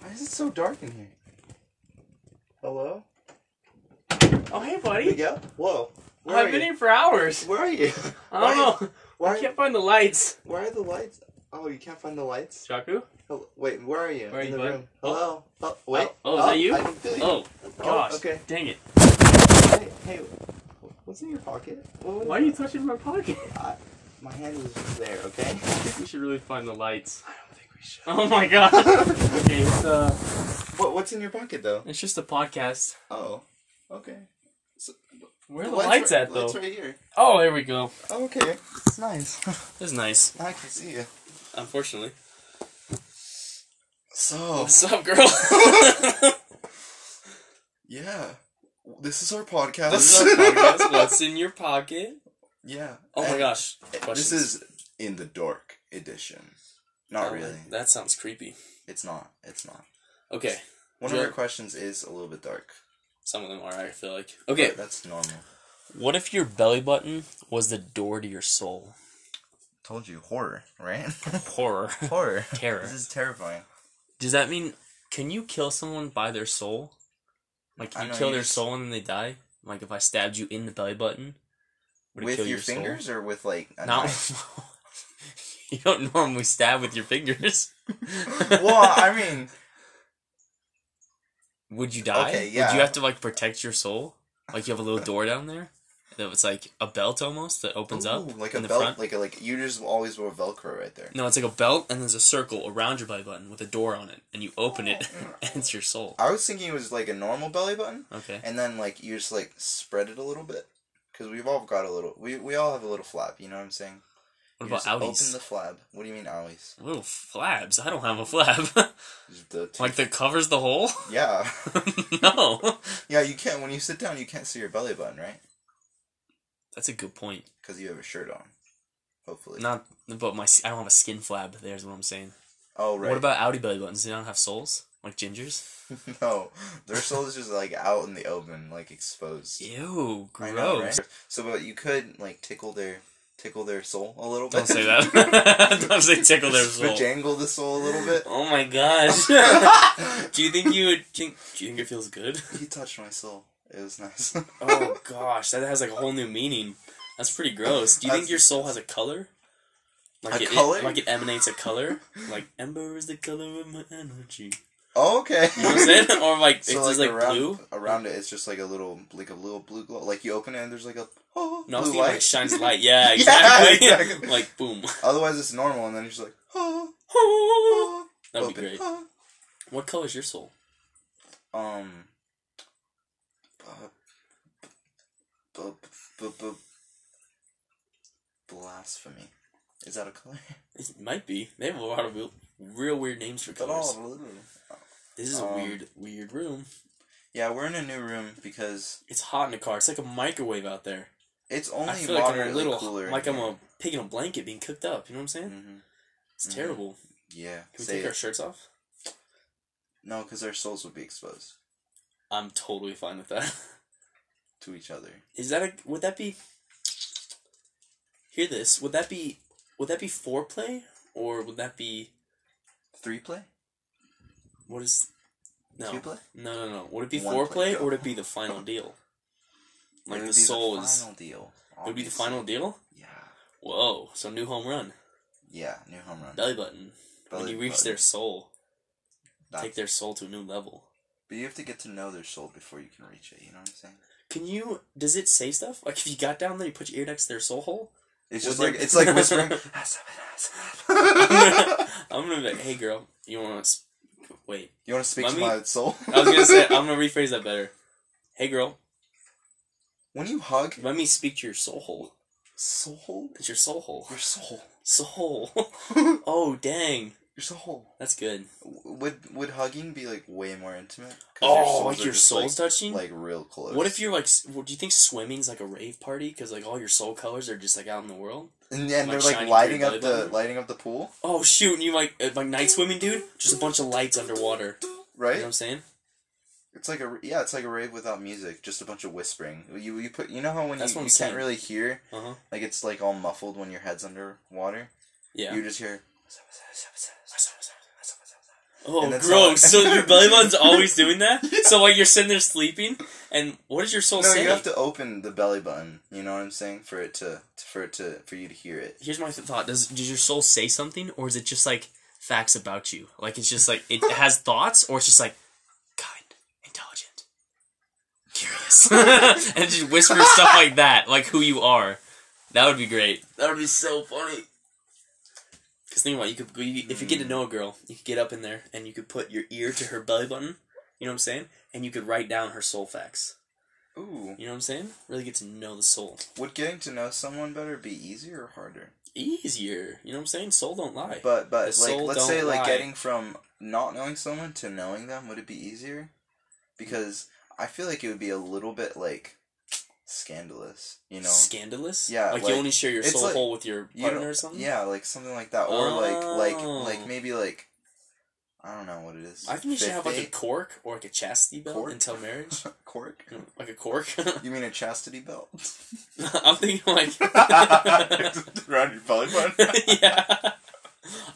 Why is it so dark in here? Hello? Oh, hey, There you buddy. go. Whoa. Where are I've been you? here for hours. Where are you? I don't know. Why, I can't find the lights. why are the lights? Oh, you can't find the lights? Shaku? Hello? Wait, where are you? Where are in you, the bud? room. Oh. Hello? Oh, wait. Oh, oh, is that you? I can feel you. Oh, gosh. okay. Dang it. Hey, hey, what's in your pocket? Oh. Why are you touching my pocket? My hand was there, okay? I think we should really find the lights. I don't think we should. Oh, my God. okay, it's, uh, What, what's in your pocket, though? it's just a podcast. Oh, okay. Where are the Light's lights right- at, though? Light's right here. Oh, there we go. Oh, okay. It's nice. This is nice. Now I can see you. Unfortunately. So, What's up, girl? yeah. This is our podcast. this is our podcast. What's in your pocket? yeah. Oh, my And gosh. This Questions. is in the dork edition. Not Oh, really. That sounds creepy. It's not. It's not. Okay. One Yeah. of our questions is a little bit dark. Some of them are, I feel like. Okay. But That's normal. What if your belly button was the door to your soul? Told you, horror, right? Horror. horror. Terror. This is terrifying. Does that mean can you kill someone by their soul? Like I can you know, kill you their just- soul and then they die? Like if I stabbed you in the belly button? would it With kill your, soul? fingers or with like a No. knife? you don't normally stab with your fingers. well, I mean, Would you die? Okay, Would yeah. you have to like protect your soul? Like you have a little door down there that was like a belt almost that opens ooh, up like in a the belt, front. like a, like you just always wore Velcro right there. No, it's like a belt, and there's a circle around your belly button with a door on it, and you open it, and it's your soul. I was thinking it was like a normal belly button, Okay. and then like you just like spread it a little bit, because we've all got a little. We we all have a little flap. You know what I'm saying? What You about just Open outies? the flap. What do you mean outies? Little flabs. I don't have a flab. Just the two- like that covers the hole. yeah, no, yeah. You can't when you sit down. You can't see your belly button, right? that's a good point. Because you have a shirt on. Hopefully. Not, but my s- I don't have a skin flab. There's what I'm saying. oh right. What about outie belly buttons? They don't have soles like gingers. no, their soul is just like out in the open, like exposed. Ew, I gross. know, right? So, but you could like tickle their tickle their soul a little bit. Don't say that. don't say tickle their Just soul. Jangle the soul a little bit. Oh my gosh. do you think you would? Do you think it feels good? He touched my soul. It was nice. Oh gosh, that has like a whole new meaning. That's pretty gross. Do you think That's- your soul has a color? Like A it, color? like it emanates a color. Like ember is the color of my energy. Oh, okay. You know what I'm saying? Or like So it's like, just like around blue. around it, it's just like a little like a little blue glow. Like you open it and there's like a oh No, I was blue thinking light. like shines light. Yeah, exactly. exactly. like boom. Otherwise, it's normal, and then you're just like oh, oh That'd be open, great. oh. What color is your soul? Um. bu- bu- bu- bu- Blasphemy. Is that a color? It might be. They have a lot of real, real weird names for colors. This is a Um, weird, weird room. Yeah, we're in a new room because It's hot in the car. It's like a microwave out there. it's I only feel like I'm a moderately little, cooler. like I'm a pig in a blanket being cooked up. You know what I'm saying? hmm It's Mhm. terrible. Yeah. Can we say take our it. shirts off? No, because our souls would be exposed I'm totally fine with that. to each other. Is that a would that be Hear this. Would that be would that be foreplay or would that be Three play? what is No. Two play? No, no, no. Would it be One play, foreplay go. or would it be the final deal? Like It would the be soul is final deal. would it be the obviously. final deal? Yeah. Whoa. So new home run. Yeah, new home run. Belly button. when Belly you reach button. their soul, That's- take their soul to a new level. But you have to get to know their soul before you can reach it. You know what I'm saying? Can you does it say stuff? Like if you got down there you put your ear next to their soul hole? It's Would just there- like it's like whispering. "Ah, I'm gonna be like, hey girl, you wanna s- wait. you want to speak Let to me- my soul? I was gonna say uh I'm gonna rephrase that better. Hey girl, when you hug let me speak to your soul hole. soul, It's your soul hole. your soul, Soul. your oh dang, soul. that's good. Would would hugging be like way more intimate? 'Cause Oh, souls like are your just, soul's touching. like, like real close. what if you're like? s- well, Do you think swimming's like a rave party? Because like all your soul colors are just like out in the world. and, and like, they're shining like through lighting your up belly the button? lighting up the pool, Oh shoot! And you like uh, like night swimming, dude? Just a bunch of lights underwater. You know what right? I'm saying? It's like a yeah, it's like a rave without music, just a bunch of whispering. You you put you know how when That's you, what I'm you saying. can't really hear, Uh huh. like it's like all muffled when your head's underwater. Yeah. You just hear. Oh, And that's gross! how- so your belly button's always doing that. So while you're sitting there sleeping, and what is your soul no, saying? you have to open the belly button. You know what I'm saying? For it to, for it to, for you to hear it. Here's my th- thought: Does does your soul say something, or is it just like facts about you? Like it's just like it has thoughts, or it's just like kind, intelligent, curious, and it just whispers stuff like that, like who you are. That would be great. That would be so funny. Hmm. Because think about it, you could you, if you get to know a girl, you could get up in there and you could put your ear to her belly button. You know what I'm saying? And you could write down her soul facts. Ooh, You know what I'm saying? Really get to know the soul. would getting to know someone better be easier or harder? Easier. You know what I'm saying? Soul don't lie. But but The like soul let's say don't like lie. getting from not knowing someone to knowing them would it be easier? Because I feel like it would be a little bit like scandalous, you know. scandalous. Yeah, like, like, you only share your it's soul like- hole with your You partner know- or something. Yeah, like something like that, or like Oh. like like maybe like I don't know what it is. I think you should have like a Fifth cork or like a chastity belt Cork? until marriage. date? cork. You know, like a cork. You mean a chastity belt I'm thinking like around your belly button? yeah.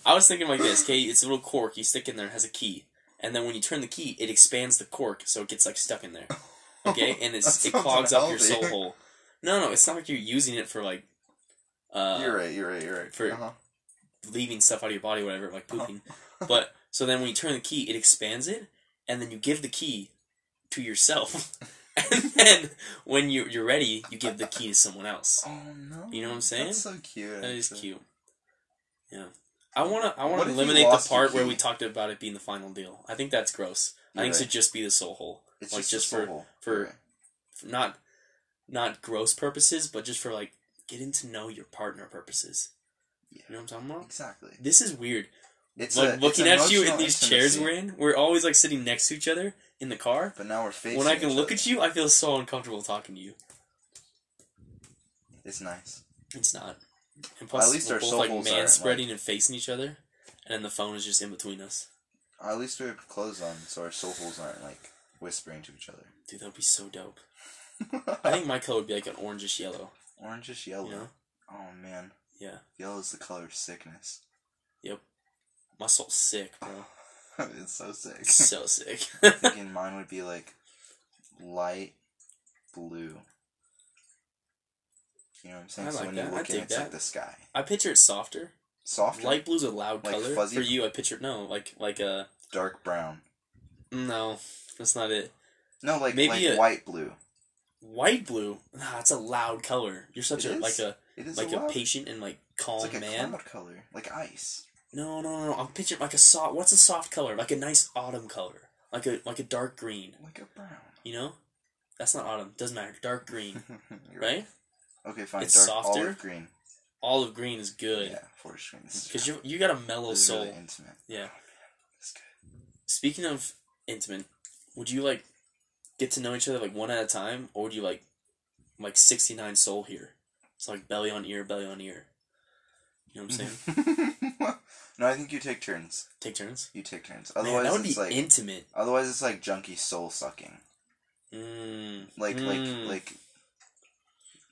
I was thinking like this. Okay, it's a little cork. You stick in there. It has a key, and then when you turn the key, it expands the cork, so it gets like stuck in there. Okay, and it's That it sounds clogs up your unhealthy. soul hole. No, no, it's not like you're using it for like. Uh, You're right. You're right. You're right. for- uh-huh. leaving stuff out of your body, whatever, like pooping. but so then when you turn the key, it expands it, and then you give the key to yourself, and then when you you're ready, you give the key to someone else. Oh no! You know what I'm saying? That's so cute. That is actually. cute. Yeah, I wanna I What wanna if you eliminate the lost your part where key? we talked about it being the final deal. I think that's gross. I You're think it right. should just be the soul hole, It's like, just, just a for- soul. for- Okay. not not gross purposes, but just for like getting to know your partner purposes. Yeah. You know what I'm talking about? exactly. This is weird. It's a- like it's looking at you in emotional these chairs intimacy, we're in, we're always like sitting next to each other in the car. But now we're facing. When I can each look other. at you, I feel so uncomfortable talking to you. it's nice. It's not. And plus, least we're our both soul like holes man aren't, spreading and facing each other, and then the phone is just in between us. At least we have clothes on, so our soul holes aren't like whispering to each other. Dude, that would be so dope. I think my color would be like an orangish yellow. Orange is yellow. Yeah. Oh man, Yeah, yellow is the color of sickness. my soul's sick, bro. it's so sick. so sick. I'm thinking mine would be like light blue. You know what I'm saying? I so like when that. I you look in, dig it's that. like the sky, I picture it softer. softer, Light blue's a loud Like color fuzzy? for you. I picture no, like like a dark brown. no. That's not it. No, like Maybe like a- white blue. White blue. Nah, it's a loud color. You're such It a is? like a It is like a lot- patient and like calm It's like a man. cloud color, like ice. No, no, no, no. I'm picturing like a soft. What's a soft color? Like a nice autumn color. Like a like a dark green. Like a brown. You know, that's not autumn. Doesn't matter. Dark green, You're right? Okay, fine. It's dark softer. olive green. Olive green is good Yeah, forest green. This is because you you got a mellow this is soul. really intimate. Yeah. That's good. Speaking of intimate, would you like get to know each other like one at a time, or would you like like sixty nine soul here? It's like belly on ear, belly on ear. You Mm-hmm. know what I'm saying? no, I think you take turns. Take turns. You take turns. Man, Otherwise, that would be it's like intimate. otherwise it's like junky soul sucking. Mm. Like Mm. like like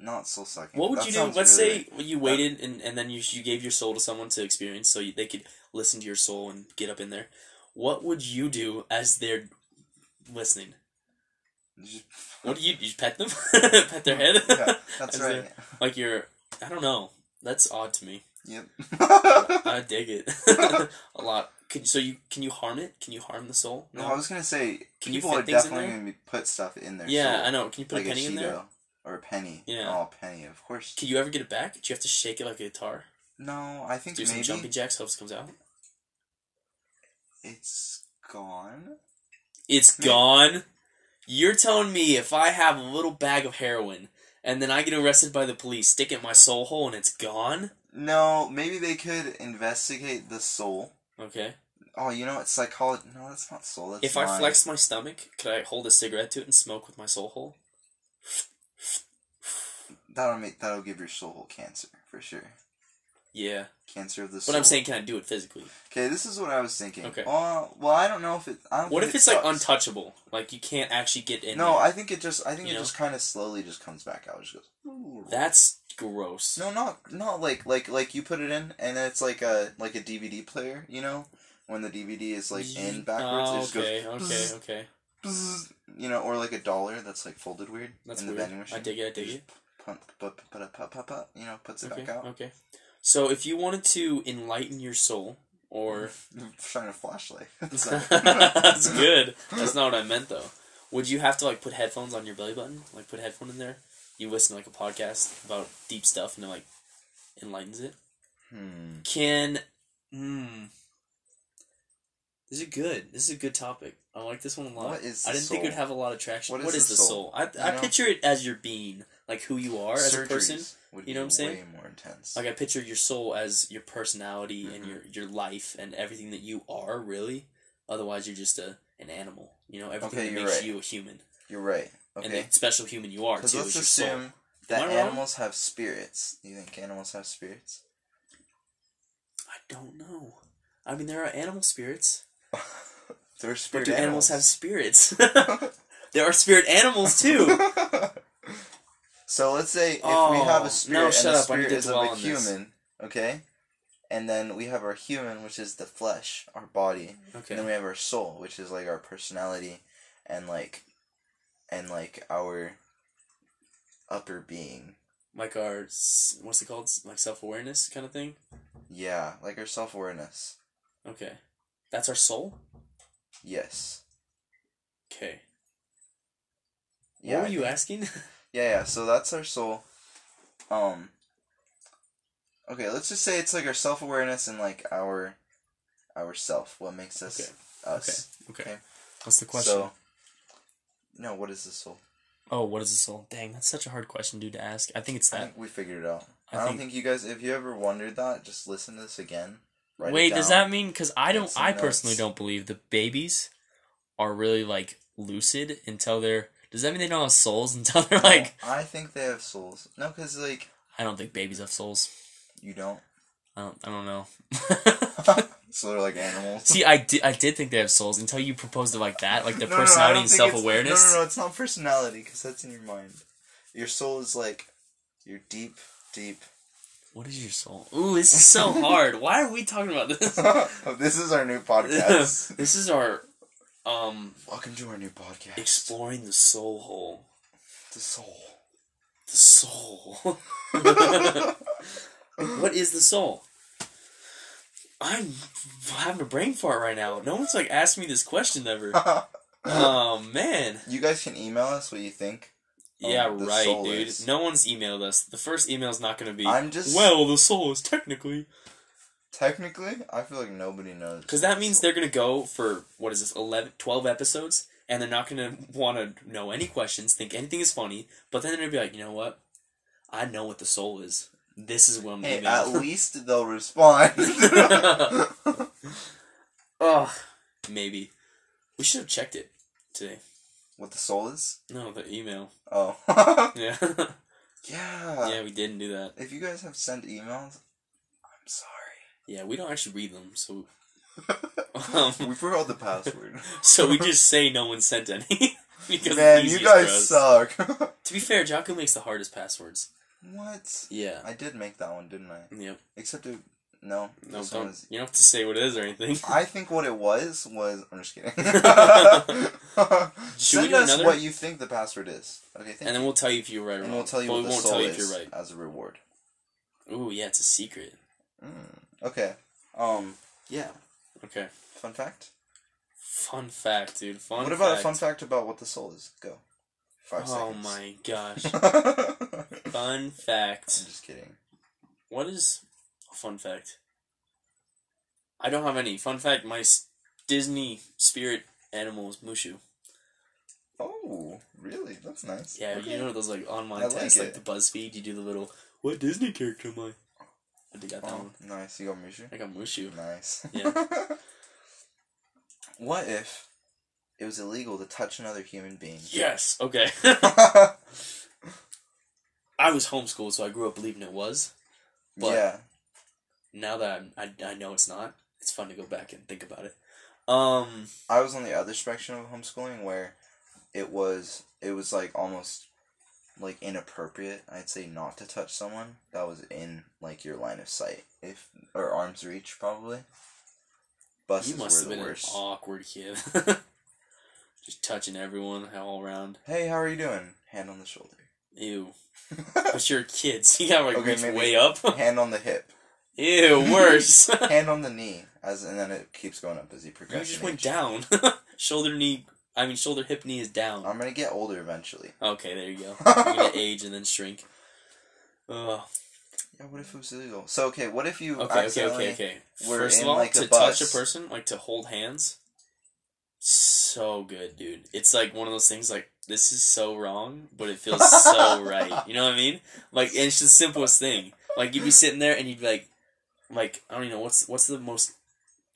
not soul sucking. What would That you do? sounds Let's really- say you waited and, and then you, you gave your soul to someone to experience so you, they could listen to your soul and get up in there. What would you do as they're listening? You What do you you pet them? pet their head? just- Hmm. yeah, that's As right. like you're I don't know. That's odd to me. Yep. I dig it a lot. Can, so you can you harm it? Can you harm the soul? no, I was gonna say Can you people fit are things in definitely there? gonna be put stuff in there. yeah, I know. Can you put like a a penny in there? Cheeto or a penny. Yeah. Oh, a penny, of course. Can you ever get it back? Do you have to shake it like a guitar? No, I think Do some maybe jumping jacks. Hopes comes out. it's gone. It's Me- gone. You're telling me if I have a little bag of heroin and then I get arrested by the police, stick it in my soul hole, and it's gone? No, maybe they could investigate the soul. Okay. Oh, you know what? Psychology. No, that's not soul. That's if I mind. flex my stomach, could I hold a cigarette to it and smoke with my soul hole? that'll make that'll give your soul cancer for sure. Yeah. Cancer of the soul. But I'm saying, can I do it physically? Okay, this is what I was thinking. Okay. Uh, well, I don't know if it. I don't What think if it it's like sucks. untouchable? Like you can't actually get in. No, there? I think it just. I think You it know? just kind of slowly just comes back out. It just goes. That's gross. No, not not like like like you put it in, and then it's like a like a DVD player, you know, when the DVD is like in backwards. Oh, It just goes, okay, okay, bzzz. okay. bzzz, you know, or like a dollar that's like folded weird That's in the weird. vending machine. I dig it. I dig it. Punt, put, put, put, put, put, put, you know, puts it Okay. Uh. back out. Okay. So if you wanted to enlighten your soul, or Shine a flashlight. Sorry. that's good. That's not what I meant though. Would you have to like put headphones on your belly button? Like put headphone in there. You listen to like a podcast about deep stuff, and it like enlightens it. Hmm. Can. Hmm. This is good. This is a good topic. I like this one a lot. What is I the didn't think it would soul? have a lot of traction. What is what is the the soul? soul? I, You I know? picture it as your being, like who you are as a person. Surgeries would you know be what I'm saying? Way more intense. Like I picture your soul as your personality and Mhm. your your life and everything that you are really. Otherwise, you're just a an animal. You know everything Okay, that you're makes right. you a human You're right. and Okay. the special human you are Because too. let's Is your soul. assume that I wrong? animals have spirits. You think animals have spirits? I don't know. I mean, there are animal spirits. They're But spirit do animals. animals. have spirits? there are spirit animals too. so let's say if we have Oh, a spirit no, and shut the up, I need spirit to is of dwell a on this. human, okay, and then we have our human, which is the flesh, our body, and then Okay. we have our soul, which is like our personality, and like, and like our upper being. Like our s- what's it called? S- Like self awareness kind of thing. Yeah, like our self awareness. Okay, that's our soul. Yes. Okay. Yeah. what were you asking? Yeah, yeah. So that's our soul. Um. Okay, let's just say it's like our self awareness and like our, our self. What makes us Okay. us? okay. Okay. What's the So. No, what is the soul? Oh, what is a soul? Dang, that's such a hard question, dude, to ask. I think it's I that. think we figured it out. I I, don't think- think you guys. If you ever wondered that, just listen to this again. write it Wait, does down. that mean? Because I don't. That's I nuts. personally don't believe the babies are really like lucid until they're. Does that mean they don't have souls until they're No, like? I think they have souls. No, because like I don't think babies have souls. you don't. I don't. I don't know. so they're like animals. See, I did. I did think they have souls until you proposed it like that, like their No, no, no, I personality don't and think it's- self awareness. No, no, no, it's not personality because that's in your mind. Your soul is like your deep, deep. What is your soul? Ooh, this is so hard. Why are we talking about this? this is our new podcast. this is our um Welcome to our new podcast. exploring the soul hole. the soul. The soul. What is the soul? I'm having a brain fart right now. No one's like asked me this question ever. oh man. you guys can email us what you think. Um, Yeah, the right, soul dude. is- No one's emailed us. The first email's not gonna be I'm just well, the soul is technically technically. I feel like nobody knows. because that means they're gonna go for what is this 11, 12 episodes, and they're not gonna want to know any questions, think anything is funny, but then they're gonna be like, you know what? I know what the soul is. This is what I'm Hey, emailing. at least they'll respond. Ugh. Maybe. We should have checked it today. what the soul is? No, the email. Oh, Yeah. yeah. yeah, we didn't do that. If you guys have sent emails, I'm sorry. Yeah, we don't actually read them, so um, We forgot the password. so we just say no one sent any. because Man, it's you easiest for guys us. suck. To be fair, Jocko makes the hardest passwords. what? Yeah. I did make that one, didn't I? Yep. Except it. No. No, this one don't, was- you don't have to say what it is or anything. I think what it was was. I'm just kidding. Should we Send do us another? what you think the password is. Okay, thank And then you. we'll tell you if you're right or and wrong. we'll tell you but what we the won't soul tell you if is you're right. as a reward. Ooh, yeah, it's a secret. Mm. Okay. Um. Yeah. Okay. Fun fact. Fun fact, dude. Fun what about fact. a fun fact about what the soul is? Go. Five Oh seconds. my gosh. I'm fun fact. just kidding. What is a fun fact? I don't have any. Fun fact, my s- Disney spirit animal is Mushu. Oh, really? That's nice. Yeah, Okay. you know those like online I like tests, like, it. the BuzzFeed, you do the little, what Disney character am I? I did got that Oh, one. nice. You got Mushu. I got Mushu. Nice. Yeah. what if it was illegal to touch another human being? Yes! Okay. I was homeschooled, so I grew up believing it was. But- yeah. Now that I'm, I, I know it's not, it's fun to go back and think about it. Um, I was on the other spectrum of homeschooling where it was it was like almost like inappropriate, I'd say not to touch someone that was in like your line of sight if or arm's reach probably. buses you must were have the been worst. an awkward kid. Just touching everyone all around. Hey, how are you doing? Hand on the shoulder. Ew. But you're kids. You gotta like Okay, reach maybe- way up. hand on the hip. Ew, worse. Hand on the knee. As and then it keeps going up as you you progress. just in went age. down. shoulder knee. I mean, shoulder hip knee is down. I'm gonna get older eventually. okay, there you go. You're gonna age and then shrink. Ugh. Yeah, what if it was illegal? So okay, what if you Okay, okay, accidentally okay, okay. we're eh? First in, of all, like, a to touch bus. a person, like to hold hands, so good, dude. It's like one of those things. Like this is so wrong, but it feels so right. You know what I mean? Like and it's the simplest thing. Like you'd be sitting there and you'd be like, like I don't even know what's what's the most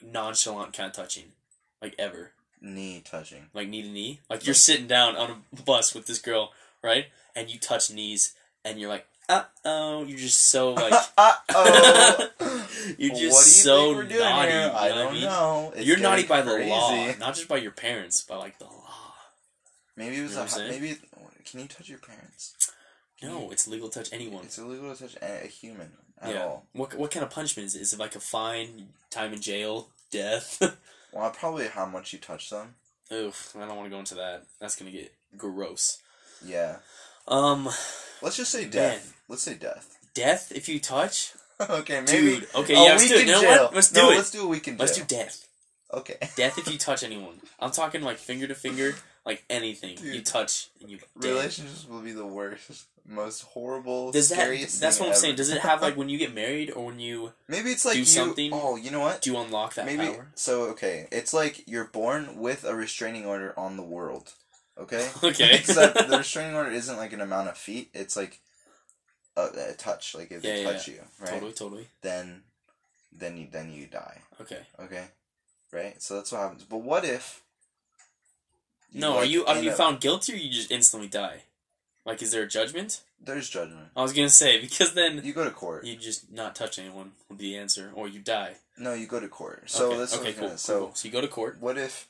nonchalant kind of touching, like ever knee touching? like knee to knee. Like you're sitting down on a bus with this girl, right? And you touch knees, and you're like, uh oh, you're just so like, uh oh. you're What just do you so think we're doing naughty. here? you know I what don't mean? know. It's you're naughty getting by the crazy. law, not just by your parents, by like the law. Maybe it was You know a what I'm hu- saying? maybe. Can you touch your parents? No, it's legal to touch anyone. It's illegal to touch a, a human at Yeah. all. What what kind of punishment is it? Is it like a fine, time in jail, death? Well, probably how much you touch them. Oof, I don't want to go into that. That's gonna get gross. Yeah. Um, Let's just say death. Man. Let's say death. death if you touch, okay, maybe. dude. Okay, a yeah, let's week do it. in You know jail. what? Let's do no, it. Let's do a week in let's do jail. death. okay. Death if you touch anyone. I'm talking like finger to finger, like anything Dude. you touch and you dead. Relationships will be the worst, most horrible, Does that? scariest. That's thing what I'm saying. ever. Does it have like when you get married or when you Maybe it's like do you. something? Oh, you know what? do you unlock that Maybe power? so. Okay, it's like you're born with a restraining order on the world. Okay. Okay. Except the restraining order isn't like an amount of feet. It's like a, a touch. Like if Yeah, they yeah, touch you, right? Totally, totally. Then, then you then you die. Okay. Okay, right. So that's what happens. But what if? no, are like, you are end you up- found guilty or you just instantly die? Like, is there a judgment? There's judgment. I was gonna say because then You go to court. you just not touch anyone would be the answer, or you die. no, you go to court. So okay. that's what okay, I'm cool, gonna- cool, So cool. So you go to court. what if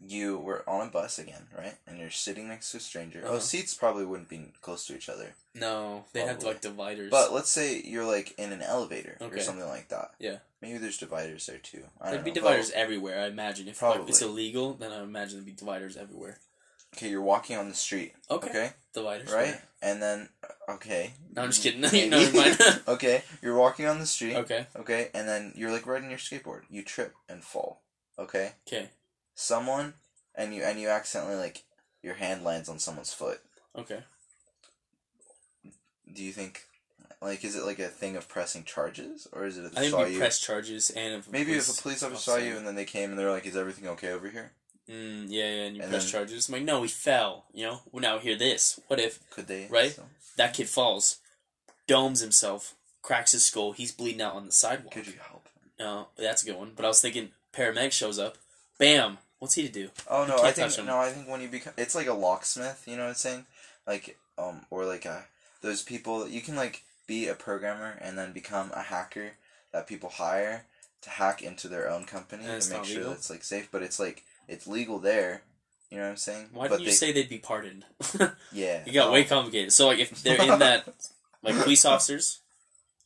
you were on a bus again, right? And you're sitting next to a stranger. Oh, Uh-huh. seats probably wouldn't be close to each other. No, they have Probably. like dividers. But let's say you're like in an elevator or Okay. something like that. Yeah. Maybe there's dividers there too. I don't there'd be know. Oh, dividers everywhere. I imagine if like, it's Probably. illegal, then I imagine there'd be dividers everywhere. But, okay, you're walking on the street. Okay. Okay. Dividers, Right. And then uh, okay. No, I'm just kidding. Maybe. no, never mind. okay, you're walking on the street. okay, okay, and then you're like riding your skateboard. You trip and fall. Okay. okay, Someone and you and you accidentally like your hand lands on someone's foot. okay. do you think like is it like a thing of pressing charges or is it if I they think saw we you press charges and if maybe if police a police officer saw officer- you and then they came and they're like is everything okay over here Mm, yeah, yeah, and you and press then- charges. I'm like, no, he fell. You know. Well, now hear this. What if could they Right. so- that kid falls, domes himself, cracks his skull, he's bleeding out on the sidewalk. could you help No, that's a good one. But I was thinking, paramedic shows up, bam. What's he to do? oh no can't i touch think 'em. no i think when you become it's like a locksmith you know what i'm saying like um or like a those people you can like be a programmer and then become a hacker that people hire to hack into their own company And to it's make not sure legal? that's like safe but it's like it's legal there you know what i'm saying Why but didn't you say they'd be pardoned? yeah it got no, way complicated. So like, if they're in that, like police officers,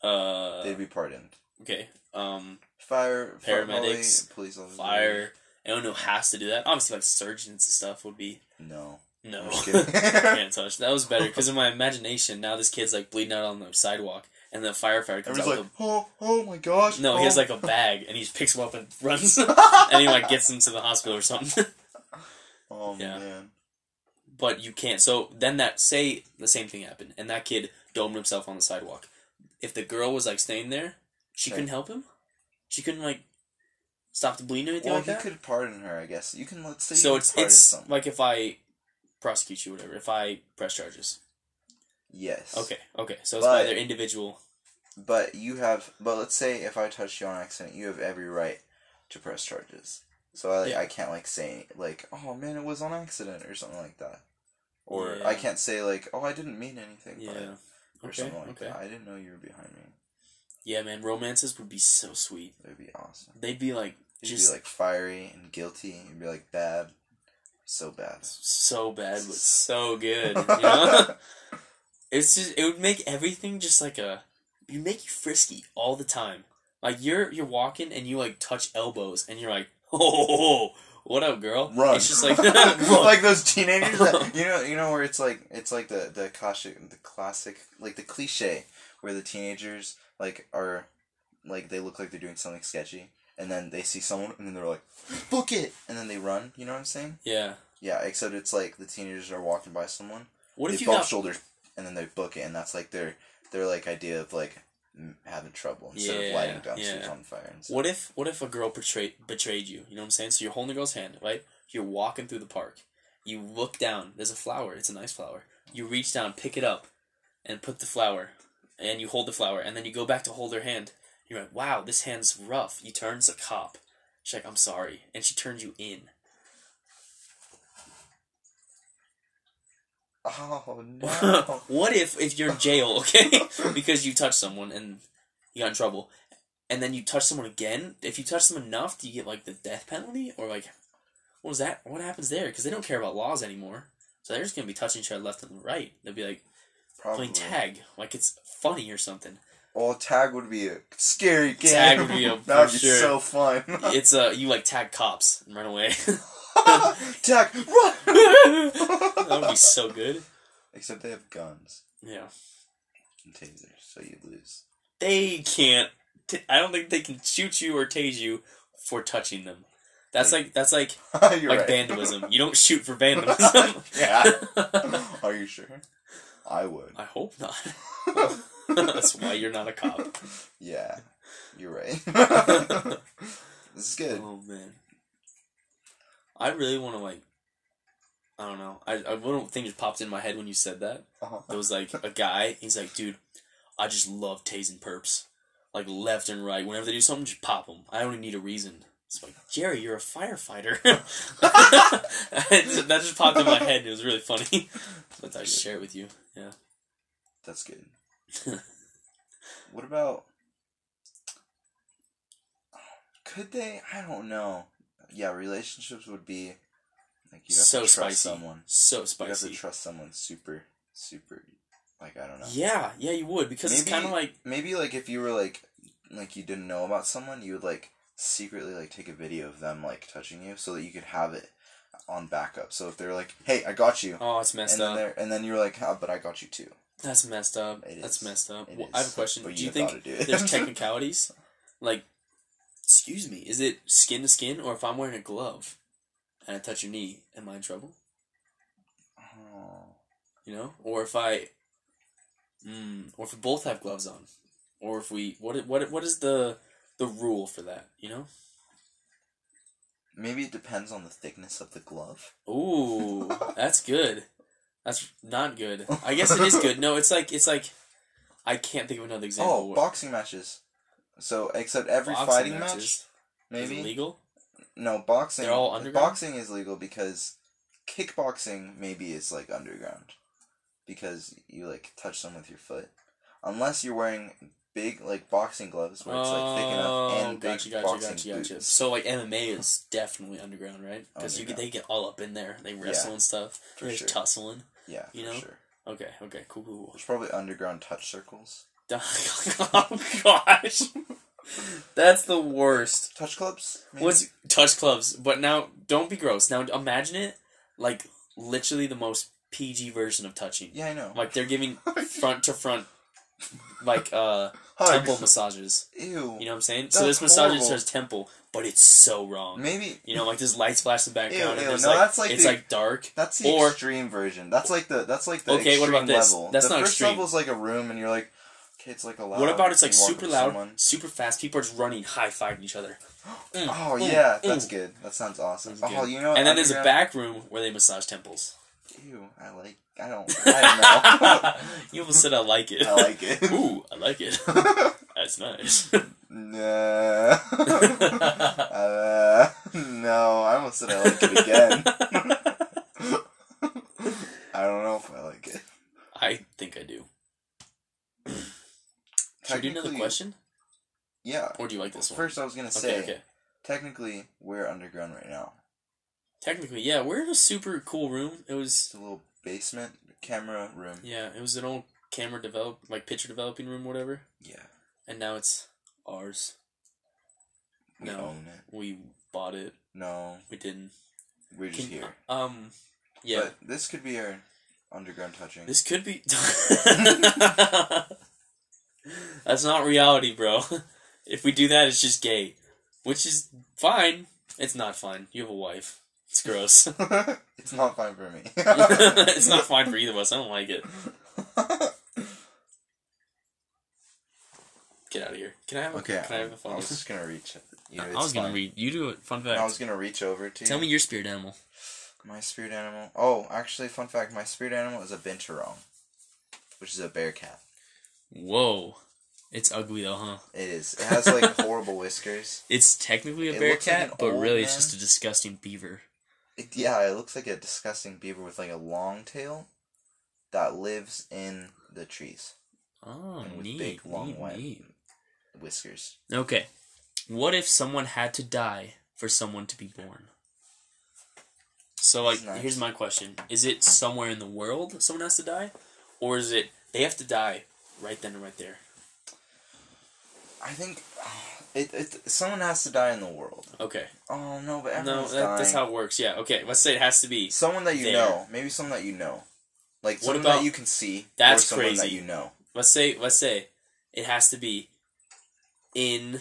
uh, they'd be pardoned okay, um, Fire, fire- probably Paramedics, police officers, fire. I don't know who has to do that. Obviously, like surgeons and stuff would be No, no. I'm just kidding. Can't touch. That was better because in my imagination, now this kid's like bleeding out on the sidewalk, and the firefighter comes Everyone's out. like, with oh, oh my gosh. a, no, oh. he has like a bag, and he just picks him up and runs, and he like gets him to the hospital or something. oh Yeah. man, but you can't. So then that say the same thing happened, and that kid domed himself on the sidewalk. If the girl was like staying there, she Right. couldn't help him. She couldn't like stop the bleeding or anything well, like you that. could pardon her, I guess. You can let's say. you so can it's pardon it's someone. like if I prosecute you, whatever. If I press charges, yes. okay, okay. So it's by But- their individual. But you have, but let's say if I touch you on accident, you have every right to press charges. So I, Yeah. I can't like say like, oh man, it was on accident or something like that, or I Yeah. can't say like, oh, I didn't mean anything Yeah. by it or Okay. something like okay. that. I didn't know you were behind me. Yeah, man. Romances would be so sweet. That'd be awesome. They'd be like You'd just be like fiery and guilty. You'd be like bad, so bad. so bad, but so good. You know? it's just it would make everything just like a. You make you frisky all the time. Like you're you're walking and you like touch elbows and you're like, oh, what up, girl? Run. It's just like run. like those teenagers that you know you know where it's like it's like the the classic the classic like the cliche where the teenagers like are like they look like they're doing something sketchy and then they see someone and then they're like book it and then they run you know what I'm saying yeah. yeah except it's like the teenagers are walking by someone What if they you bump got? shoulders and then they book it and that's like their their like idea of like m- having trouble instead Yeah, of lighting dumpsters yeah. on fire and stuff. What if what if a girl betrayed betrayed you? You know what I'm saying? So you're holding a girl's hand, right? You're walking through the park. You look down. There's a flower. It's a nice flower. You reach down, pick it up, and put the flower. And you hold the flower, and then you go back to hold her hand. You're like, "Wow, this hand's rough." You turn to a cop. She's like, "I'm sorry," and she turns you in. oh no what if if you're in jail, okay, because you touched someone and you got in trouble, and then you touch someone again? If you touch them enough, do you get like the death penalty or like what is that? What happens there? Because they don't care about laws anymore, so they're just gonna be touching each other left and right. They'll be like probably playing tag, like it's funny or something. oh tag would be a scary game Tag would be a- that would for be sure. so fun It's uh you like tag cops and run away. tag run that would be so good. except they have guns Yeah, and tasers so you lose they can't. T- I don't think they can shoot you or tase you for touching them. That's like that's like you're like right vandalism. You don't shoot for vandalism. yeah are you sure I would I hope not. That's why you're not a cop. yeah you're right this is good Oh man. I really want to like. I don't know. I I one thing just popped in my head when you said that. Uh-huh. There was like a guy. He's like, dude, I just love tasing perps, like left and right. Whenever they do something, just pop them. I don't even need a reason. It's like Jerry, you're a firefighter. that just popped in my head. and It was really funny. So I thought I'd share it with you. Yeah. That's good. what about? Could they? I don't know. Yeah, relationships would be like you have so to trust spicy. someone. So You have to spicy. trust someone super, super. Like I don't know. Yeah, yeah, you would because it's Maybe- kind of like Maybe like if you were like, like you didn't know about someone, you would like secretly like take a video of them like touching you so that you could have it on backup. So if they're like, "Hey, I got you," oh, it's and messed then up. they're and then you're like, "Ah, but I got you too." That's messed up. It is. That's messed up. It Well, I have a is. question. But do you you think gotta do it. there's technicalities? Like, excuse me, is it skin to skin or if I'm wearing a glove and I touch your knee, am I in trouble? Oh. You know, or if I, mm, or if we both have gloves on, or if we what what what is the the rule for that? You know. Maybe it depends on the thickness of the glove. Ooh, that's good. That's not good. I guess it is good. No, it's like it's like I can't think of another example. Oh, boxing matches. So except every Boxing fighting matches match, is maybe illegal. no boxing. They're all underground? Boxing is legal because kickboxing maybe is like underground, because you like touch them with your foot, unless you're wearing big like boxing gloves where it's like thick enough Oh, and big boxing boots. So like MMA is definitely underground, right? Because you get, Underground. they get all up in there, they wrestle Yeah, and stuff, for they're sure. tussling. Yeah, You for know? sure. Okay, okay, cool, cool, There's probably underground touch circles, cool. oh gosh, that's the worst. touch clubs. maybe? What's touch clubs? But now, don't be gross. Now imagine it like literally the most PG version of touching. yeah, I know. Like they're giving front to front, like uh Hugs. temple massages. Ew. You know what I'm saying? so That's this massage horrible. says temple, but it's so wrong. maybe You know, like there's lights flash in the background, Ew, and ew, there's no, like, that's like it's the- like dark. That's the Or- extreme version. That's like the that's like the Okay, what about extreme this? level. That's the not first extreme. level's like a room, and you're like, okay, it's like a loud. what about it's like you walk super up to loud, someone. super fast? People are just running, high fiving each other, Oh mm, yeah, mm. that's good. That sounds awesome. That's Oh, good. you know, and then there's a underground- back room where they massage temples. Ew, I like. I don't. I you almost said I like it. don't know. I like it. Ooh, I like it. That's nice. Nah. uh, no, I almost said I like it again. I don't know if I like it. I think I do. Should we do another Technically, question, Yeah. or do you like this one? First, I was gonna okay, say, okay. technically, we're underground right now. Technically, yeah, we're in a super cool room. It was It's a little basement camera room. yeah, it was an old camera develop like picture developing room, whatever. Yeah. and now it's ours. We No. own it. We bought it. No, We didn't. we're just Can- here. Um, yeah. But this could be our underground touching. This could be. That's not reality, bro. If we do that, it's just gay, which is fine. It's not fine. You have a wife. It's gross. it's not fine for me. it's not fine for either of us. I don't like it. Get out of here. Can I have? A, okay, um, Can I have a phone? I was just gonna reach. You know, I it's was gonna fine. read. You do it. Fun I fact. was gonna reach over to. Tell you. me your spirit animal. My spirit animal. Oh, actually, fun fact: my spirit animal is a binturong, which is a bear cat. Whoa, it's ugly though, huh? It is. It has like horrible whiskers. It's technically a It bear looks like cat, an but old really it's man. just a disgusting beaver. It, yeah, it looks like a disgusting beaver with like a long tail that lives in the trees Oh, and with neat, big long neat, white neat. whiskers. Okay, what if someone had to die for someone to be born? So, like, That's nice. here's my question: Is it somewhere in the world someone has to die, or is it they have to die right then and right there? I think it, it someone has to die in the world. Okay, Oh no, but no, everyone's that, dying. that's how it works. Yeah, okay. Let's say it has to be. someone that you There. know, maybe someone that you know, like What someone about- that you can see, That's or someone that crazy. you know. Let's say. Let's say it has to be in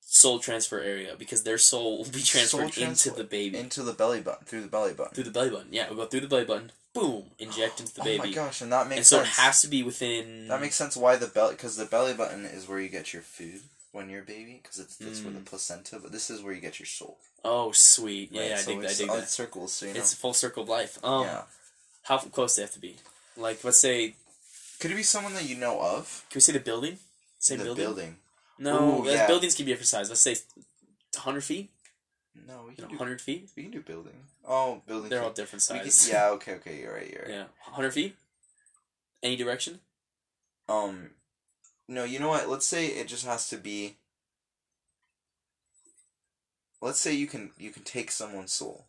soul transfer area because their soul will be Soul transferred transfer- into the baby. into the belly button through the belly button. Through the belly button, yeah, we go through the belly button. Boom, inject into the Oh my baby, gosh, and that makes and so sense. it has to be within. that makes sense why the belly, because the belly button is where you get your food when you're a baby, because it's that's where the Mm. placenta, but this is where you get your soul. Oh sweet, yeah, right? yeah I so dig that. I it's dig all that. in circles, so you know. It's a full circle of life. Um, yeah. how f- close they have to be? Like, let's say, can Could it be someone that you know of? we say the building? Say the building. building. No, Ooh, that- yeah. buildings can be emphasized. Let's say, hundred feet. No, we You can know, do. hundred feet. We can do building. Oh, building. They're can- all different we can- sizes. yeah. Okay. Okay. You're right. You're right. yeah, hundred feet. Any direction? Um, no. You know what? Let's say it just has to be. Let's say you can you can take someone's soul.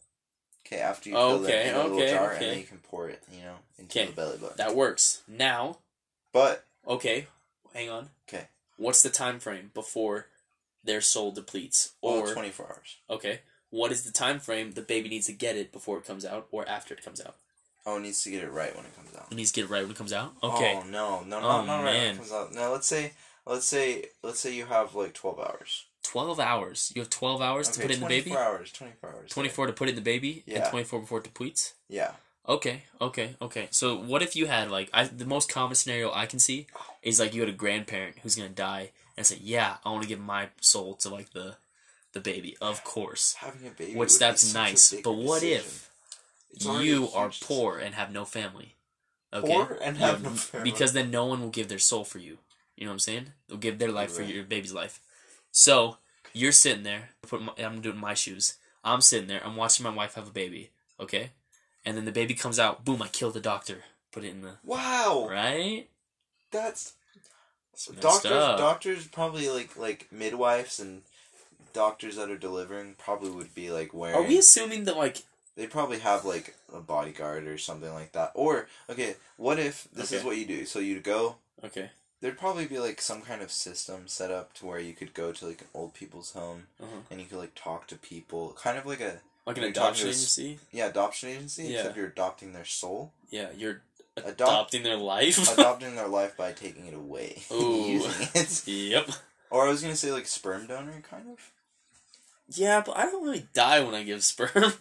Okay. After you fill Okay, them in a little okay, jar okay. and then you can pour it, you know, into Okay, the belly button. That works. Now, but okay, hang on. Okay. What's the time frame before their soul depletes? or Or twenty four oh, hours. okay, what is the time frame the baby needs to get it before it comes out or after it comes out? Oh, it needs to get it right when it comes out. It needs to get it right when it comes out. Okay. Oh no, no, no, Oh, not right when man. it comes out. No, let's say, let's say, let's say you have like twelve hours. 12 hours. You have 12 hours to put it in the baby? 24 hours. Twenty four hours. 24 to put it in the baby and Yeah. 24 before it depletes? Yeah. Okay, okay, okay. So what if you had like I the most common scenario I can see is like you had a grandparent who's going to die and say, "Yeah, I want to give my soul to like the the baby." Of course. Having a baby. Which would be that's such a nice, big but what decision. if It's already a you are huge poor and have no family? Okay. Poor and You have have- no family. because then no one will give their soul for you. You know what I'm saying? They'll give their life for Right. your baby's life. So you're sitting there. Put my, I'm doing my shoes. I'm sitting there. I'm watching my wife have a baby. Okay, and then the baby comes out. Boom! I kill the doctor. Put it in the Wow, right. that's so messed doctors. up. Doctors probably like like midwives and doctors that are delivering probably would be like wearing. Are we assuming that like They probably have like a bodyguard or something like that. Or okay, what if this is Okay. what you do? So you go. okay? There'd probably be like some kind of system set up to where you could go to like an old people's home Uh-huh. and you could like talk to people, kind of like a Like an You're talking adoption to this- agency? yeah adoption agency, Yeah. except you're adopting their soul, Yeah, you're Adopt- adopting their life. adopting their life by taking it away, Ooh. using it. yep. Or I was gonna say like sperm donor, kind of. Yeah, but I don't really die when I give sperm.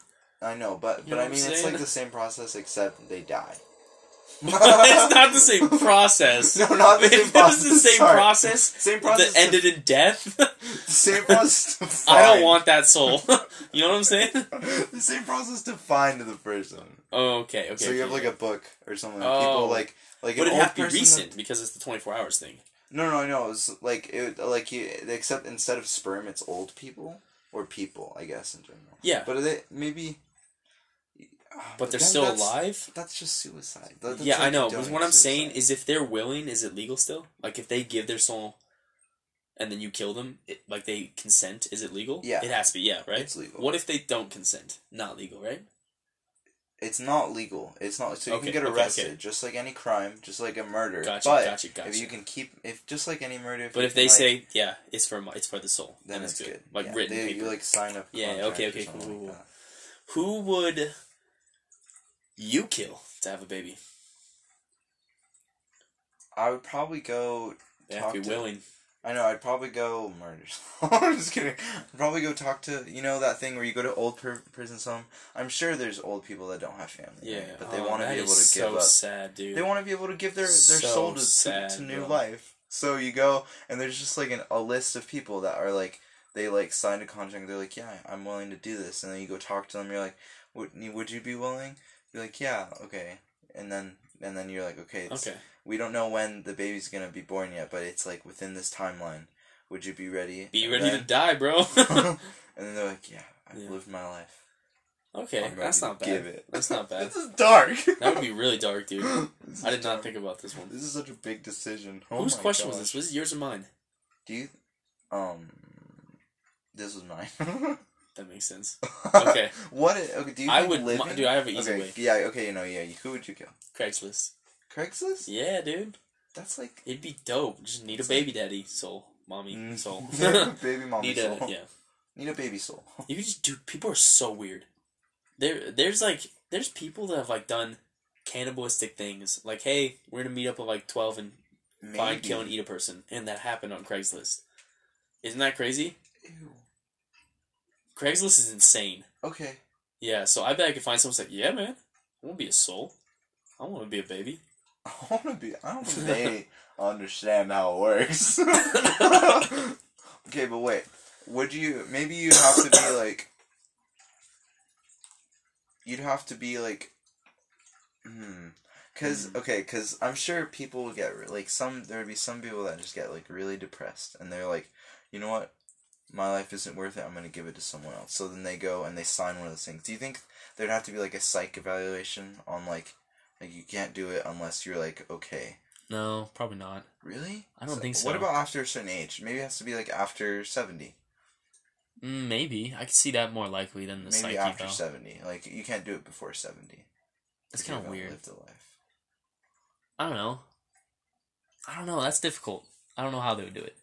I know, but but You know I what mean I'm it's saying? like the same process except they die. it's not the same process. No, not the same If it was the process, same sorry. process Same process. to- that ended in death. same process. To find, I don't want that soul. you know what I'm saying? the same process to find the person. Oh, okay, okay. so you have okay. like a book or something. Oh. People like like But an it old have to be person that- recent because it's the 24 hours thing. No, no, no. It's like it like you except instead of sperm, it's old people or people, I guess in general. Yeah, but, But are they maybe. Ah, they're then still that's- alive. That's just suicide. That- that's yeah, I like know. But doing what I'm saying suicide. is, if they're willing, is it legal still? Like, if they give their soul, and then you kill them, it, like they consent, is it legal? Yeah. it has to be. Yeah, right. it's legal. What if they don't consent? Not legal, right? it's not legal. It's not so you Okay, can get okay, arrested okay. just like any crime, just like a murder. Gotcha, but gotcha, gotcha. if you can keep if just like any murder, if But you if can, they like, say, yeah, it's for my, it's for the soul, then it's good. Like Yeah, written they- paper. You like sign up. Yeah, okay, okay, cool, cool, cool. Who would you kill to have a baby? I would probably go. They have to Talk be to- willing. I know. I'd probably go murder. I'm just kidding. I'd probably go talk to you know that thing where you go to old per- prisons home. I'm sure there's old people that don't have family. Yeah, right? but they Oh, want to that be able to give is so up. sad, dude. They want to be able to give their, their So soul to, sad, to, to new bro. life. So you go, and there's just like an, a list of people that are like, they like signed a contract. They're like, yeah, I'm willing to do this. And then you go talk to them. You're like, would you- would you be willing? You're like, yeah, okay. And then and then you're like, okay, it's, okay. we don't know when the baby's gonna be born yet, but it's like within this timeline. Would you be ready? Be And ready to then- die, bro. and then they're like, yeah, I've Yeah. lived my life. I'm okay, ready that's to not bad. Give it. That's not bad. this is dark. That would be really dark, dude. This is I did dark. not think about this one. This is such a big decision. Oh Whose my question was gosh. this? Was it yours or mine? Do you? Um, this was mine. That makes sense. Okay. what? i- Okay. Do you? I think would, Living? my, dude. I have an easy okay. way. Yeah. Okay. You know. Yeah. you- Who would you kill? Craigslist. Craigslist. Yeah, dude. That's like mm, It'd be dope. Just need a baby daddy soul, mommy soul. baby mama need soul. a yeah. Need a baby soul. You could just do. People are so weird. There, there's like, there's people that have like done cannibalistic things. Like, hey, we're gonna meet up at like twelve and Maybe. find, kill, and eat a person, and that happened on Craigslist. Isn't that crazy? Ew. Craigslist is insane. Okay. Yeah, so I bet I could find someone who's like, yeah, man, I want to be a soul. I want to be a baby. I want to be. I don't think they understand how it works. okay, but wait. Would you? Maybe you'd have to be like. You'd have to be like. Hmm. Cause Hmm. okay, cause I'm sure people will get re- like some. There would be some people that just get like really depressed, and they're like, you know what, my life isn't worth it. I'm gonna give it to someone else. So then they go and they sign one of those things. Do you think there'd have to be like a psych evaluation on like, like you can't do it unless you're like okay, No, probably not. really? I don't think What so. about after a certain age? Maybe it has to be like after seventy. Mm, maybe I could see that more likely than the Maybe psyche after though. seventy. Like you can't do it before seventy. That's if you kind of haven't weird. Lived a life. I don't know. I don't know. That's difficult. I don't know how they would do it.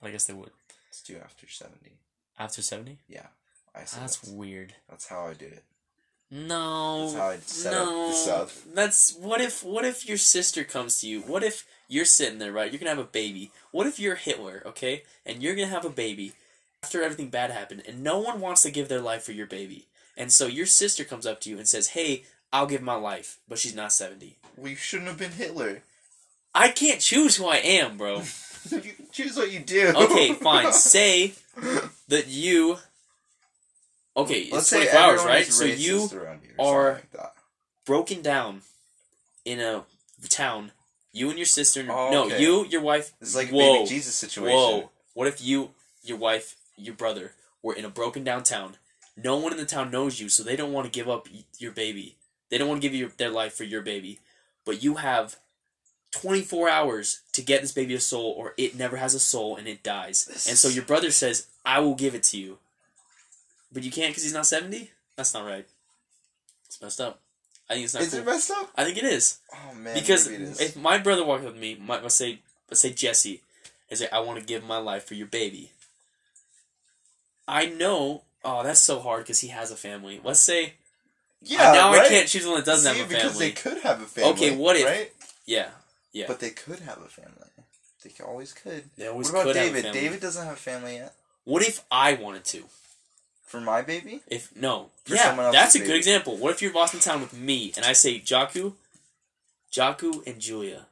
But I guess they would Let's do after seventy. after seventy. Ah, Yeah, I see. That's That's, weird. that's how I did it. No. That's how I set no. up this up. That's what if what if your sister comes to you? What if you're sitting there, right? You're gonna have a baby. What if you're Hitler, okay? And you're gonna have a baby after everything bad happened, and no one wants to give their life for your baby. And so your sister comes up to you and says, Hey, I'll give my life, but she's not seventy. Well, you shouldn't have been Hitler. I can't choose who I am, bro. you choose what you do. Okay, fine. Say that you Okay, Let's it's say twenty four hours, everyone right? is So you racist around you are- or something like that. broken down in a town. You and your sister. and- Oh, no, okay. you, your wife. It's like a whoa, baby Jesus situation. whoa. What if you, your wife, your brother were in a broken down town? No one in the town knows you, so they don't want to give up y- your baby. They don't want to give you their life for your baby, but you have. 24 hours to get this baby a soul or it never has a soul and it dies. This And so is- your brother says, "I will give it to you." But you can't cuz he's not 70? That's not right. It's messed up. I think it's not Is cool. it messed up? I think it is Oh man, because maybe it is. if my brother walked up to me, my, let's say let's say Jesse, and say I want to give my life for your baby. I know. Oh, that's so hard because he has a family. Let's say uh, yeah, now I right? can't choose one that doesn't See, have a because family. they could have a family. Okay, what if- Right? yeah, yeah. But they could have a family. They c- always could. they always what about could have a David? family. David doesn't have a family yet. What if I wanted to? For my baby, If no, For someone yeah, else's that's a baby. good example. What if you're lost in town with me and I say Jaku, Jaku and Julia,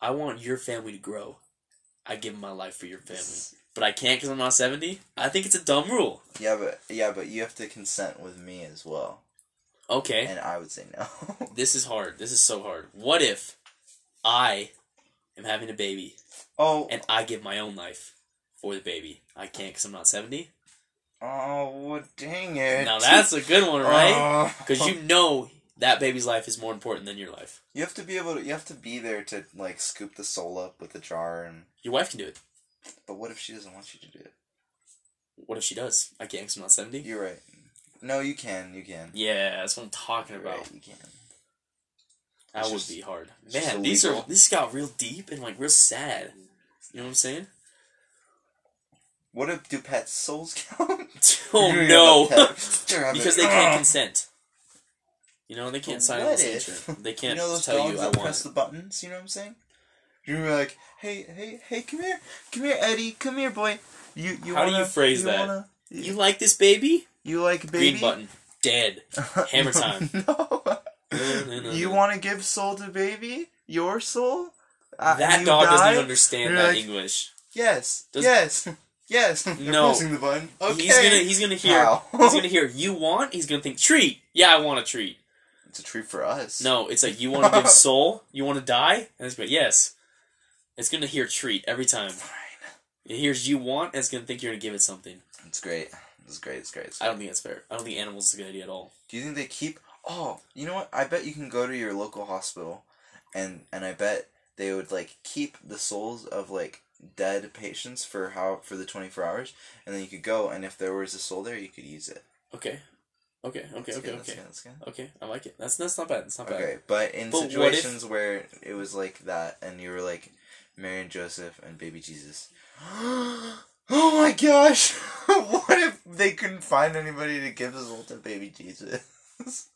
I want your family to grow. I give my life for your family, but I can't because I'm not seventy. I think it's a dumb rule. yeah, but yeah, but you have to consent with me as well, Okay, and I would say no. this is hard. This is so hard. What if I am having a baby oh, and I give my own life for the baby? I can't because I'm not seventy. oh, well, dang it! Now that's a good one, right? Oh. Because you know that baby's life is more important than your life. You have to be able to. You have to be there to like scoop the soul up with the jar, and Your wife can do it. but what if she doesn't want you to do it? What if she does? I can't 'cause I'm not 70. You're right. No, you can. You can. Yeah, that's what I'm talking about. Right, you can. That It's would just- be hard. just Man, these are illegal. these got real deep and like real sad. You know what I'm saying? What if do pets souls count? Oh You're gonna no, have a pet. You're gonna have Ah. because a- they can't Ugh. consent. You know they can't sign What on the if- signature. They You can't know those tell dogs you I that want. press it. the buttons. You know what I'm saying? You're like, hey, hey, hey, come here, come here, Eddie, come here, boy. You, you How do wanna, you phrase that? wanna- You like this baby? you like baby? Green button. Dead. Hammer time. no. No, no, no, you no. want to give soul to baby? Your soul? Uh, that you dog doesn't die? even understand You're that like- English. Yes. Does- yes. Yes. They're No. pressing the button. Okay. He's gonna he's gonna hear How? he's gonna hear you want. He's gonna think treat. Yeah, I want a treat. It's a treat for us. No, it's like you want to give soul. You want to die, and it's going yes. It's gonna hear treat every time. Fine. It hears you want, and it's gonna think you're gonna give it something. It's great. It's great. It's great. It's I great. don't think that's fair. I don't think animals is a good idea at all. Do you think they keep? Oh, you know what? I bet you can go to your local hospital, and and I bet they would like keep the souls of like dead patients for how for the twenty four hours, and then you could go, and if there was a soul there, you could use it. Okay, okay, okay, That's okay, good, okay, That's good, that's okay. I like it. That's that's not bad. That's not good. bad. Okay, but in But what if- situations where it was like that, and you were like Mary and Joseph and baby Jesus. Oh my gosh! what if they couldn't find anybody to give a soul to baby Jesus?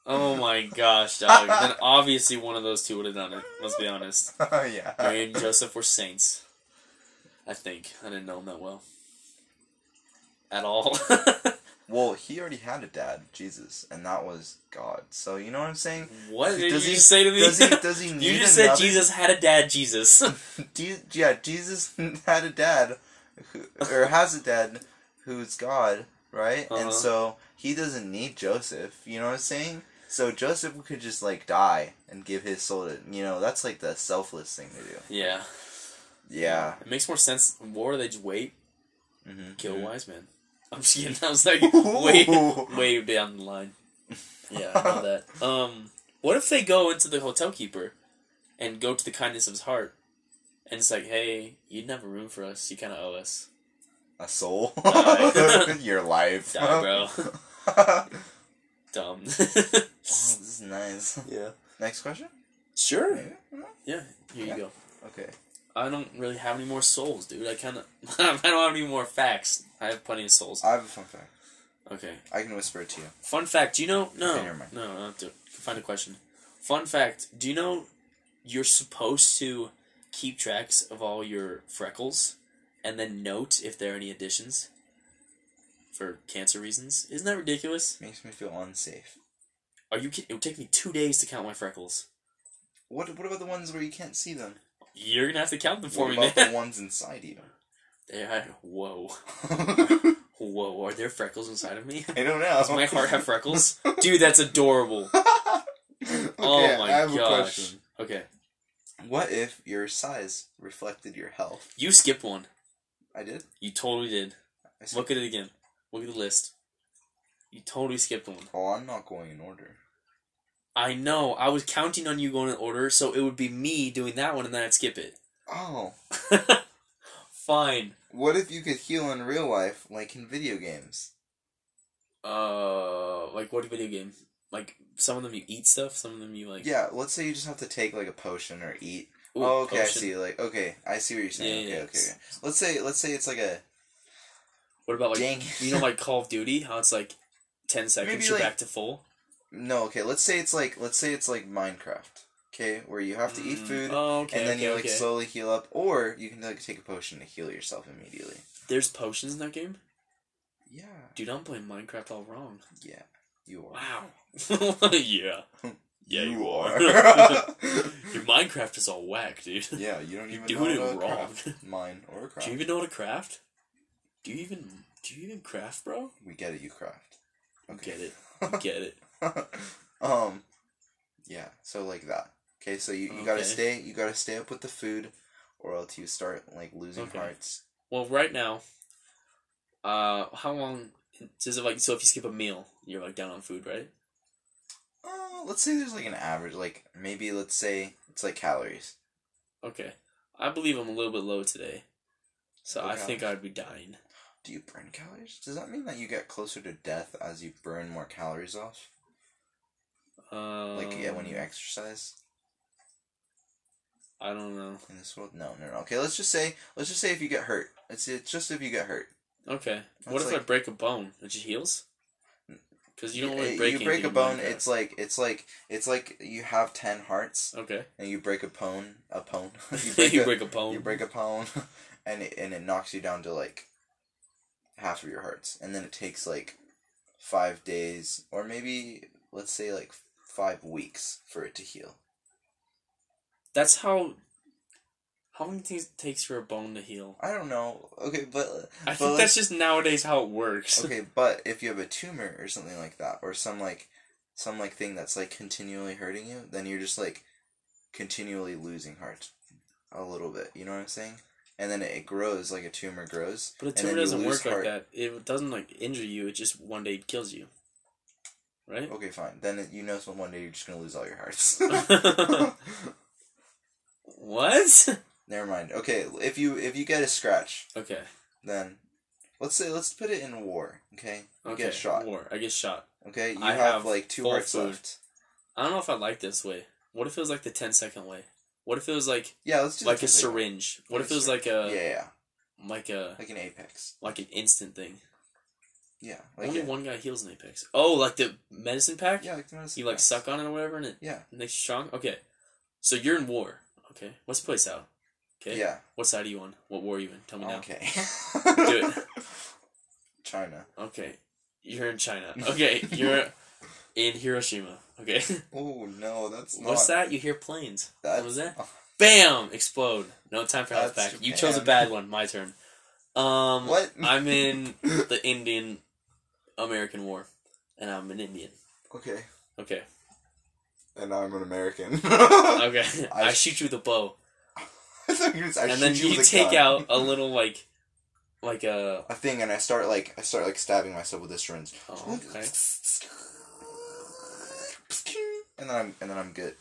Oh my gosh, dog. then obviously one of those two would have done it. Let's be honest. oh yeah. Mary and Joseph were saints. I think I didn't know them that well. At all. Well, he already had a dad, Jesus, and that was God. So you know what I'm saying? what did Does you he- just say to me? Does he? Does he need you just said another- Jesus had a dad. Jesus. Je- yeah, Jesus had a dad, who, or has a dad who's God, right? Uh-huh. And so he doesn't need Joseph. You know what I'm saying? So Joseph could just like die and give his soul to you know that's like the selfless thing to do. yeah. Yeah. It makes more sense. More they just wait, Mm-hmm. kill wise man. I'm just kidding. I was like, way, Ooh. way down the line. Yeah, I know that. Um, what if they go into the hotel keeper and go to the kindness of his heart? And it's like, hey, you didn't have a room for us. You kind of owe us. A soul. Die. Your life. Die, bro. oh, Dumb. this is nice. yeah. Next question. Sure. Maybe? Yeah. Here you go. Okay. I don't really have any more souls, dude. I kind of. I don't have any more facts. I have plenty of souls. I have a fun fact. Okay. I can whisper it to you. Fun fact, do you know? No, Okay, never mind. no, I don't have to find a question. Fun fact, do you know you're supposed to keep tracks of all your freckles and then note if there are any additions for cancer reasons? Isn't that ridiculous? Makes me feel unsafe. Are you kidding? It would take me two days to count my freckles. What What about the ones where you can't see them? You're gonna have to count them for what me, about man. the ones inside you? They had- whoa, whoa, are there freckles inside of me? I don't know. Does my heart have freckles? Dude, that's adorable. okay, oh my I have gosh. a question. Okay, What if your size reflected your health? you skipped one. I did. You totally did. I said, Look at it again. Look at the list. You totally skipped one. oh, I'm not going in order. I know. I was counting on you going in order, so it would be me doing that one, and then I'd skip it. Oh, Fine. what if you could heal in real life, like in video games? Uh, like what video game? Like some of them you eat stuff, some of them you like. Yeah, let's say you just have to take like a potion or eat. Ooh, oh, okay, potion. I see. Like, okay, I see what you're saying. Yeah, yeah, okay, okay, yeah. okay. Let's say, let's say it's like a What about like dang. you know like Call of Duty? How it's like ten seconds, Maybe, you're like- back to full. No, okay. Let's say it's like let's say it's like Minecraft, okay, where you have to eat Mm, food Oh, okay. and then okay, you like okay. slowly heal up, or you can like take a potion to heal yourself immediately. There's potions in that game, Yeah, dude. I'm playing Minecraft all wrong. yeah, you are. Wow. yeah. Yeah, you are. Your Minecraft is all whack, dude. yeah, you don't You're even doing know it how to wrong. craft mine or craft. Do you even know how to craft? Do you even do you even craft, bro? We get it. You craft. Okay. Get it. You Get it. um, yeah. So like that. Okay. So you, you gotta Okay. stay. You gotta stay up with the food, or else you start like losing Okay. hearts. Well, right now, uh, how long does it like? So if you skip a meal, you're like down on food, right? Uh, let's say there's like an average, like maybe let's say it's like calories. Okay. I believe I'm a little bit low today, so I Okay. think I'd be dying. Do you burn calories? Does that mean that you get closer to death as you burn more calories off? Um, Like yeah, when you exercise I don't know. in this world? No, no, no. Okay, let's just say let's just say if you get hurt. It's it's just if you get hurt. Okay. what That's if I like- break a bone? It just heals. Because you don't really Uh, break. you break a anything bone, like that. it's like it's like it's like you have ten hearts okay. and you break a pone a pone. You you break, break a, a bone. you break a pone and it and it knocks you down to like half of your hearts. And then it takes like five days or maybe let's say like five weeks for it to heal. That's how. How long things it takes for a bone to heal? I don't know. Okay, but uh, I but think like- that's just nowadays how it works. okay, but if you have a tumor or something like that, or some like some like thing that's like continually hurting you, then you're just like continually losing heart a little bit. You know what I'm saying? And then it grows like a tumor grows. But a and tumor then you doesn't lose work like heart. that. It doesn't like injure you. It just one day kills you. Right? Okay, fine. Then it, you know, so one day you're just gonna lose all your hearts. What? Never mind. Okay, if you if you get a scratch, Okay. then let's say let's put it in war. Okay, you Okay. get shot. War. I get shot. Okay, you I have, have like two full hearts food. left. I don't know if I like this way. What if it was like the 10 second way? What if it was like Yeah, let's do the like a physical. syringe? What Like if a it was like a Yeah, yeah, yeah, like a like an apex. like an instant thing? Yeah, like Only a- one guy heals an apex. Oh, like the medicine pack? Yeah, like the medicine. You like packs. suck on it or whatever and it Yeah, makes you strong? Okay. So you're in war. Okay. What's the place out? Okay. yeah. Um, What side are you on? What war are you in? Tell me now. Okay. Do China. Okay. You're in China. Okay. You're in Hiroshima. Okay. Oh no, that's not. What's that? You hear planes. That's, What was that? oh, Bam! Explode. No time for health That's pack. You chose a Japan. bad one. My turn. Um, What? I'm in the Indian American War, and I'm an Indian. okay, Okay. and I'm an American. Okay. I, I- shoot you with a bow, I thought you were gonna say, I and then shoot you, with a take gun. out a little like, like a. a thing, and I start like I start like stabbing myself with a syringe. Oh, okay. And then I'm and then I'm good.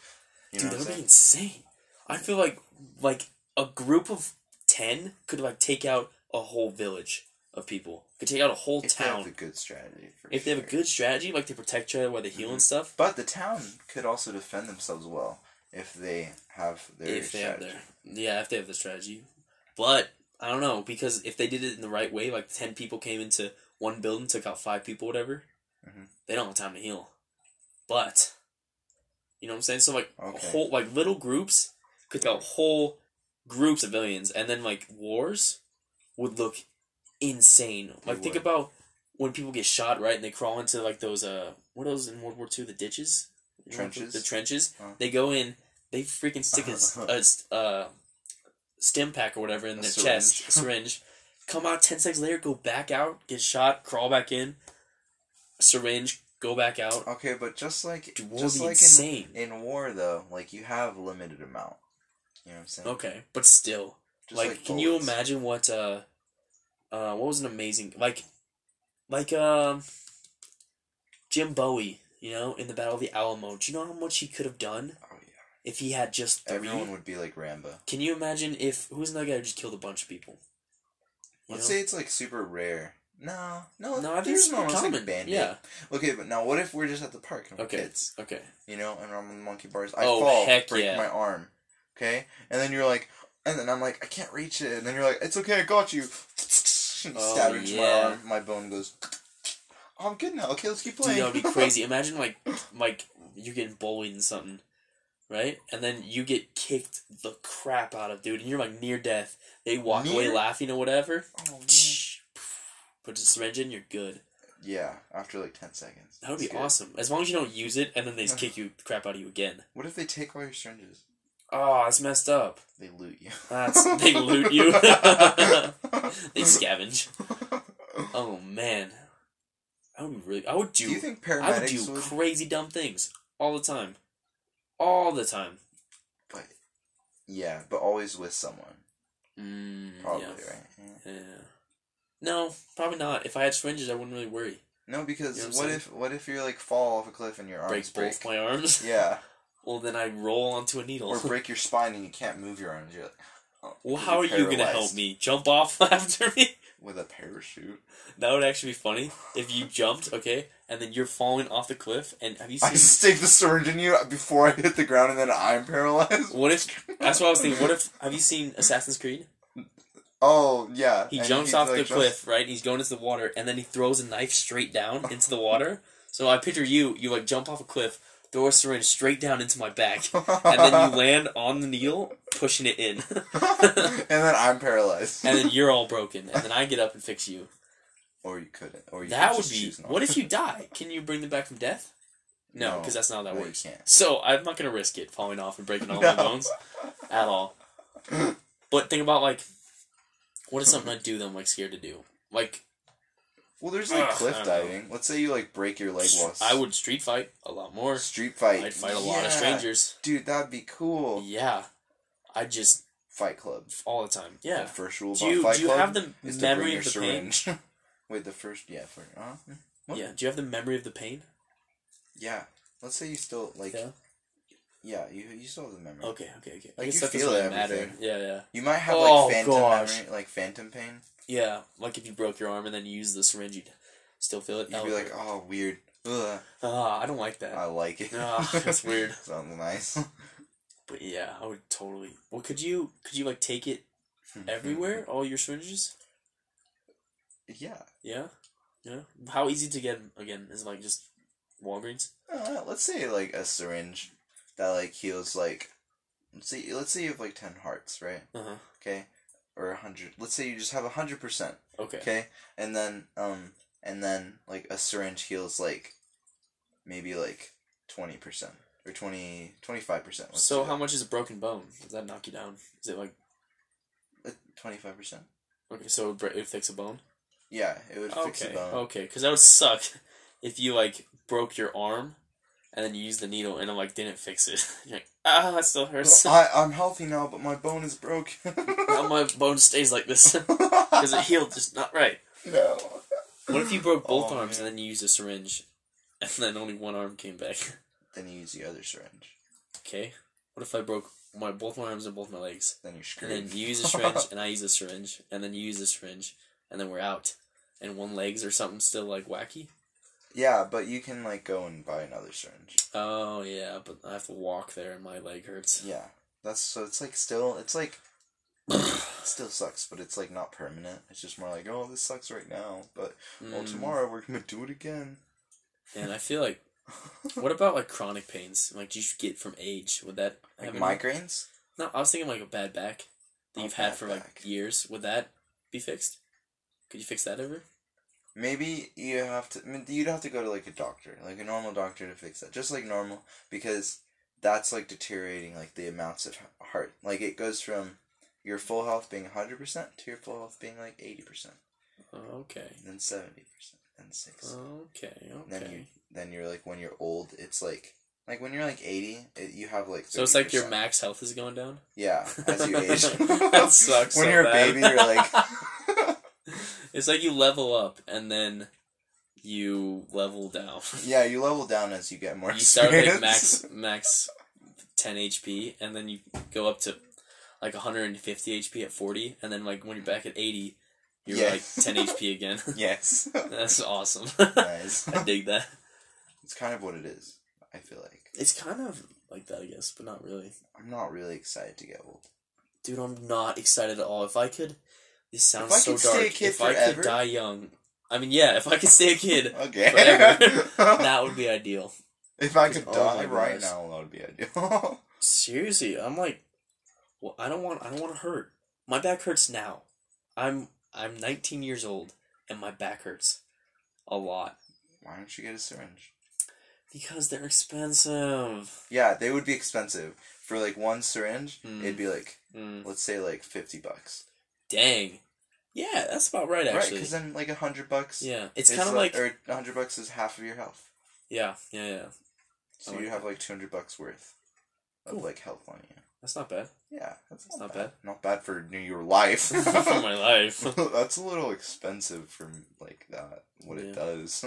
You know Dude, what that I'm would be saying? insane. I feel like like a group of ten could like take out a whole village of people. Could take out a whole If they have a town. good strategy. For If they have a sure. good strategy, like they protect each other while they heal and stuff. But the town could also defend themselves well if they have their if they strategy. have their yeah, if they have the strategy. But I don't know, because if they did it in the right way, like ten people came into one building, took out five people, whatever, Mhm. they don't have time to heal. But you know what I'm saying? So like Okay. whole like little groups could take out whole groups of villains and then like wars would look insane. They Like think would. about when people get shot, right, and they crawl into like those uh what are those in World War Two, the ditches? You know, Trenches? Uh-huh. The trenches. Huh. They go in, they freaking stick a, s- a s- uh, stem pack or whatever in A their syringe. chest, a syringe. Come out ten seconds later, go back out, get shot, crawl back in, syringe, go back out. Okay, but just like Dude, war would just be like in, insane. in war though, like you have limited amount. You know what I'm saying? okay, but still, Just like, can you bullets. imagine what uh, uh, what was an amazing like, like um, Jim Bowie, you know, in the Battle of the Alamo. Do you know how much he could have done Oh, yeah. if he had just three? Everyone would be like Rambo. Can you imagine if who's another guy who just killed a bunch of people? You Let's know? say it's like super rare. No, no, no, I think there's it's no more one that's, like, common. Band-Aid. yeah. Okay, but now what if we're just at the park and we're Okay. kids, Okay. you know, and I'm on monkey bars. I Oh, fall, heck break yeah. my arm. Okay, and then you're like, and then I'm like, I can't reach it, and then you're like, it's okay, I got you. Oh, Stab into yeah. my arm, my bone goes. "Oh, I'm good now. Okay, let's keep Dude, playing. that would be crazy. Imagine like like you're getting bullied and something, right? And then you get kicked the crap out of, dude, and you're like near death. They walk away Near? laughing or whatever. oh, man. Put the syringe in, you're good. Yeah, after like ten seconds. That would be It's good. awesome. As long as you don't use it, and then they just kick you the crap out of you again. What if they take all your syringes? Ah, Oh, that's messed up. They loot you. That's they loot you. they scavenge. Oh man, I would really. I would do. do you think I would paramedics do would? crazy dumb things all the time, all the time. But yeah, but always with someone, Mm, probably yeah. right. Yeah. Yeah. No, probably not. If I had syringes, I wouldn't really worry. No, because You know what I'm what saying? if what if you're like fall off a cliff and your arms break break? both my arms. Yeah, Well, then I roll onto a needle. or break your spine and you can't move your arms. You're like, oh, well, you're how are you gonna paralyzed. help me? Jump off after me? with a parachute. That would actually be funny if you jumped, okay, and then you're falling off the cliff. And have you I seen? stick the syringe in you before I hit the ground, and then I'm paralyzed. What if? That's what I was thinking. What if? Have you seen Assassin's Creed? Oh yeah, He and jumps off like, the jumps- cliff, right? He's going into the water, and then he throws a knife straight down into the water. So I picture you. You like jump off a cliff, throw a syringe straight down into my back, and then you land on the needle, pushing it in, and then I'm paralyzed. and then you're all broken. And then I get up and fix you. or you couldn't. Or you That could would just be. choose not What to. if you die? Can you bring them back from death? No, No. because that's not how that No, you works. can't. So I'm not gonna risk it falling off and breaking all No. my bones at all. But think about like, what is something I do that I'm like scared to do? Like Well, there's like Ugh, cliff I don't know. diving. Let's say you like break your leg while I would street fight a lot more. street fight. I'd fight a lot Yeah. of strangers. Dude, that'd be cool. Yeah, I just Fight club. all the time. Yeah. The first rule Do about you fight do you club have the is to bring memory your of the pain? syringe. Wait, the first yeah, for, uh, huh? What? Yeah. Do you have the memory of the pain? yeah. Let's say you still like yeah, Yeah. you you still have the memory. Okay. Okay. Okay. I Like, guess you that feel doesn't really matter. everything. Yeah. Yeah. You might have Oh, like phantom gosh. memory, like phantom pain. Yeah. Like if you broke your arm and then you used the syringe, you'd still feel it. You'd be like, oh, Uh, weird. Ugh, ah, I don't like that. I like it. Ah, that's weird. Sounds nice. But yeah, I would totally. Well, could you could you like take it Mm-hmm. everywhere? all your syringes? yeah. Yeah, yeah. How easy to get 'em again is it, like just Walgreens. Uh, let's say like a syringe that like heals like let's see let's say you have like ten hearts, right? Uh huh. Okay, or a hundred. Let's say you just have a hundred percent. Okay. Okay, and then um and then like a syringe heals like maybe like twenty percent or 20 25 percent. So how much is a broken bone? Does that knock you down? Is it like Twenty five Uh, percent. okay? So it, would break, it would fix a bone. Yeah, it would fix the Okay. bone. Okay. Because that would suck if you like broke your arm and then you used the needle and it like didn't fix it. You're like ah, that still hurts. I I'm healthy now, but my bone is broken. now my bone stays like this because it healed just not right. no. What if you broke both Oh, arms man. and then you used a syringe, and then only one arm came back? Then you use the other syringe. Okay. What if I broke my both my arms and both my legs, Then you're and screwed. then you use a syringe and I use a syringe, and then you use a syringe, and then we're out, and one legs or something still like wacky? yeah, but you can like go and buy another syringe. Oh yeah, but I have to walk there and my leg hurts. Yeah, that's so it's like still it's like still sucks, but it's like not permanent. It's just more like oh this sucks right now, but well Mm, tomorrow we're gonna do it again. And I feel like what about like chronic pains? Like you should get from age. Would that like have any- migraines. No, I was thinking like a bad back that Oh, you've had bad for back. like years. Would that be fixed? Could you fix that ever? Maybe you have to. I mean, you'd have to go to like a doctor, like a normal doctor, to fix that. Just like normal, because that's like deteriorating like the amounts of h- heart. Like it goes from your full health being hundred percent to your full health being like eighty percent, Okay. and then seventy percent, and six. Okay. And Okay. Then you then you're like when you're old, it's like like when you're like eighty, it, you have like. So it's like your 30%. max health is going down. Yeah, as you age. That sucks when so you're bad. a baby, you're like. It's like you level up and then you level down. yeah, you level down as you get more. you start like experience. max max 10 HP and then you go up to like 150 HP at 40 and then like when you're back at 80 you're Yeah. like 10 HP again. Yes. That's awesome. nice. I dig that. It's kind of what it is. I feel like It's kind of like that, I guess, but not really. I'm not really excited to get old. Dude, I'm not excited at all. If I could, this sounds If I so could dark. stay a kid if I forever? could die young, I mean, yeah, if I could stay a kid, Okay. Forever. that would be ideal. if I could Oh die my right gosh. now, that would be ideal. Seriously, I'm like, well, I don't want, I don't want to hurt. My back hurts now. I'm, I'm 19 years old, and my back hurts a lot Why don't you get a syringe? because they're expensive. Yeah, they would be expensive. For like one syringe, Hmm. it'd be like Mm, let's say like fifty bucks. dang, yeah, that's about right Right, 'cause actually. Because then like a hundred bucks. yeah, it's kind of like, or a hundred bucks is half of your health. yeah, yeah, yeah. So I like you have like two hundred bucks worth of Oh, Cool. like health on you. That's not bad Yeah, that's It's not, not bad. Not bad for New Year life. for my life. That's a little expensive for like that. What Yeah. it does.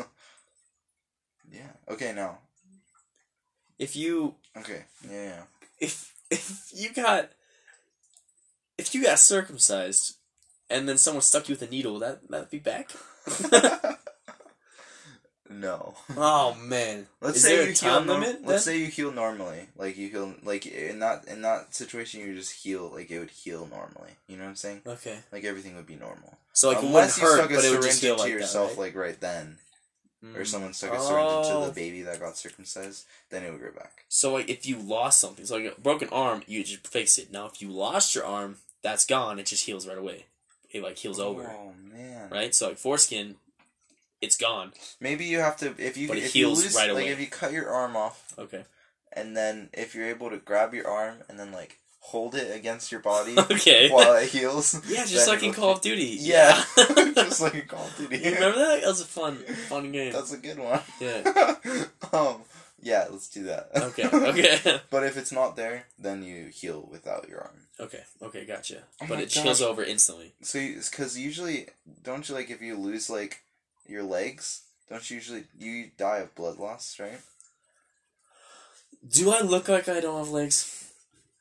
yeah. Okay. Now. If you Okay. Yeah. yeah. if if you got if you got circumcised and then someone stuck you with a needle, would that that'd be back. no. oh man. Let's Is say there a you time heal. limit? Limit, let's say you heal normally. Like you heal like in that in that situation you just heal like it would heal normally. You know what I'm saying? Okay. Like everything would be normal. So like Unless it you wouldn't stuck hurt, a but it would syringe just into feel like yourself that, like right? right then. Or Mm. someone stuck a syringe into Oh. the baby that got circumcised, then it would grow back. So like if you lost something, so like a broken arm, you just fix it. Now if you lost your arm, that's gone. It just heals right away. It like heals over, Oh man. right? So like foreskin, it's gone. Maybe you have to if you But it if you heals lose right like away. if you cut your arm off Okay. and then if you're able to grab your arm and then like hold it against your body Okay. while it heals. yeah, just then like in it'll- Call of Duty. Yeah, just like a Call of Duty. you remember that? That was a fun, fun game. That's a good one. yeah. um, yeah, let's do that. Okay. Okay. but if it's not there, then you heal without your arm. okay. Okay. Gotcha. Oh but my it just heals gosh. over instantly. So, because usually, don't you like if you lose like your legs? Don't you usually you die of blood loss, right? Do I look like I don't have legs?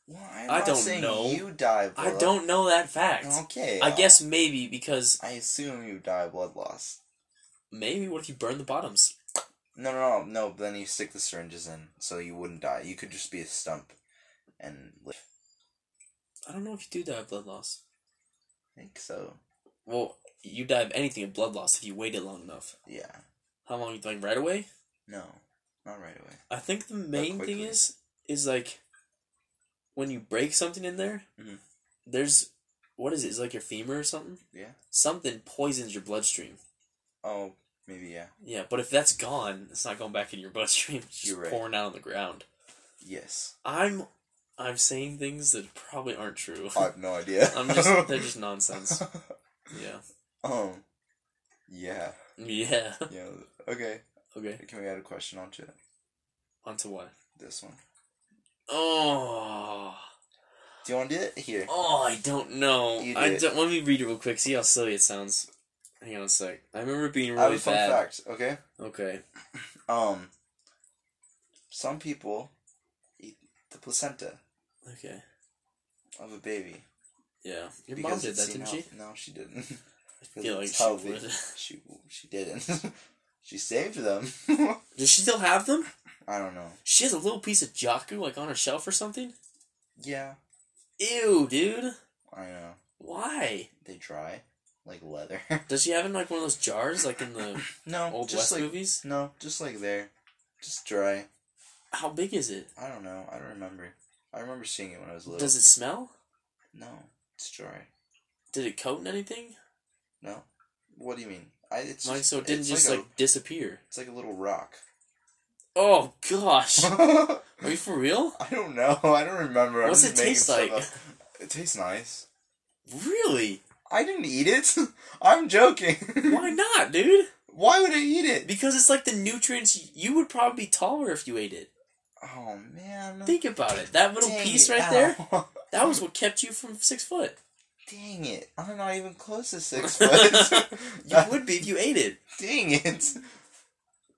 Well, I'm I not don't saying know. You die. Of blood I don't know that fact. Okay. I uh, guess maybe because I assume you die of blood loss. maybe what if you burn the bottoms? No, no, no, no. but Then you stick the syringes in, so you wouldn't die. You could just be a stump, and live. I don't know if you do die of blood loss. I think so. Well, you die of anything of blood loss if you wait it long enough. Yeah. How long you like right away? No, not right away. I think the main thing quickly. is is like when you break something in there, Mhm. there's what is it? Is like your femur or something? Yeah. Something poisons your bloodstream. Oh, maybe yeah. Yeah, but if that's gone, it's not going back in your bloodstream. It's just You're right. pouring out on the ground. Yes. I'm I'm saying things that probably aren't true. I have no idea. I'm just they're just nonsense. Yeah. um. Yeah. Yeah. Yeah. Okay. Okay. Can we add a question onto it? On to what? This one. Oh. Do you want to do it here? Oh, I don't know. You I did. don't. Let me read it real quick. See how silly it sounds. Hang on a sec. I remember it being I have really a fun bad. fact. Okay. Okay. Um. Some people eat the placenta Okay. of a baby Yeah. Your mom did it's that, didn't seen she? how- No, she didn't. I feel like it's she healthy. would. she she didn't. she saved them. Does she still have them? I don't know. She has a little piece of Jaku like on her shelf or something. Yeah, Ew, dude. I know. Why? They dry like leather. Does she have it in like one of those jars like in the no, old just West like movies? no, just like there, just dry. How big is it? I don't know. I don't remember. I remember seeing it when I was little. Does it smell? No, it's dry. Did it coat in anything? No, what do you mean? I it's Like just, so it didn't it's just like, like, a- disappear. it's like a little rock. Oh gosh. Are I you for real? don't know. I don't remember. I'm What's just it making taste stuff like? up. It tastes nice. Really? I didn't eat it. I'm joking. Why not, dude? Why would I eat it? Because it's like the nutrients. You would probably be taller if you ate it. Oh man. Think about it. That little Dang piece it, right ow. there. That was what kept you from six foot. Dang it! I'm not even close to six foot. you would be if you ate it. Dang it!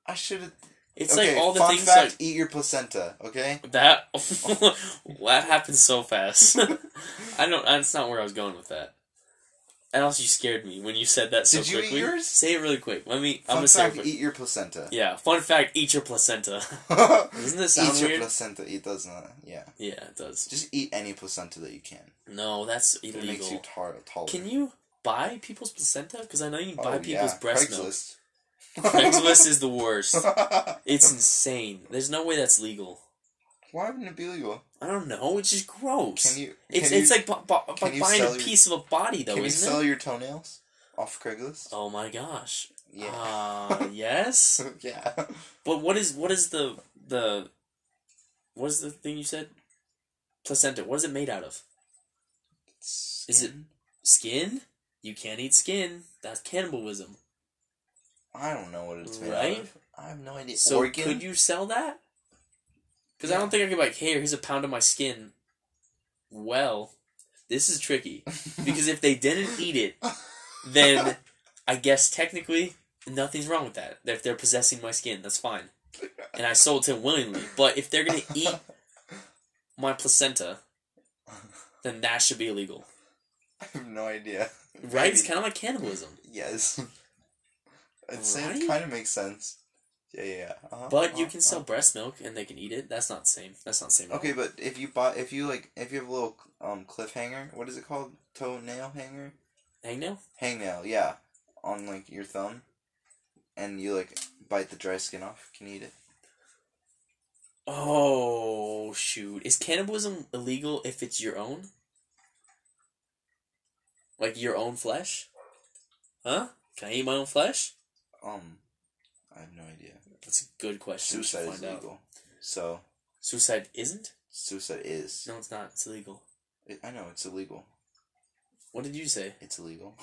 I should have. It's okay, like all the fun things fact: eat your placenta. Okay. like that. that happened so fast. I don't. That's not where I was going with that. And also, you scared me when you said that so Did you eat quickly. yours? Say it really quick. Let me. I'm Fun gonna say. It fact: quick. eat your placenta. yeah. Fun fact: eat your placenta. Doesn't that sound eat your weird? placenta. It does not. Yeah. yeah, it does. Just eat any placenta that you can. No, that's It illegal. makes you tar- taller. Can you buy people's placenta? Because I know you can buy Oh, people's yeah. breast Craigslist. milk. Craigslist is the worst. Craigslist. It's insane. There's no way that's legal. Why wouldn't it be legal? I don't know. It's just gross. Can you? it's can it's you- like bu- bu- can like you buying sell a your- piece of a body though, Can you isn't sell it? your toenails off Craigslist? Oh my gosh. Yeah. Uh, yes. yeah. But what is what is the the what is the thing you said? Placenta. What is it made out of? it- Skin? Skin? You can't eat skin. That's cannibalism. I don't know what it's made Right? out of. I have no idea. So Organ? could you sell that? Because I Yeah. don't think I could be like, here, here's a pound of my skin. Well, this is tricky because if they didn't eat it, then I guess technically nothing's wrong with that. If they're possessing my skin, that's fine, and I sold to them willingly. But if they're gonna eat my placenta, then that should be illegal. I have no idea. Right? It's Maybe. kind of like cannibalism. Yes. I'd say Right? it kind of makes sense. Yeah, yeah. yeah. Uh-huh, But you uh-huh, can sell uh-huh. breast milk and they can eat it. That's not the same. That's not the same. at all. Okay, but if you bought, if you like, if you have a little um cliffhanger, what is it called? Toenail hanger. Hangnail? hangnail, yeah, on like your thumb, and you like bite the dry skin off. You can eat it. Oh, shoot. Is cannibalism illegal if it's your own? Like your own flesh? Huh? Can I eat my own flesh? Um, I have no idea. That's a good question. We should Suicide is find out. legal, so Suicide isn't? suicide is. No, it's not. It's illegal. It, I know it's illegal. What did you say? It's illegal.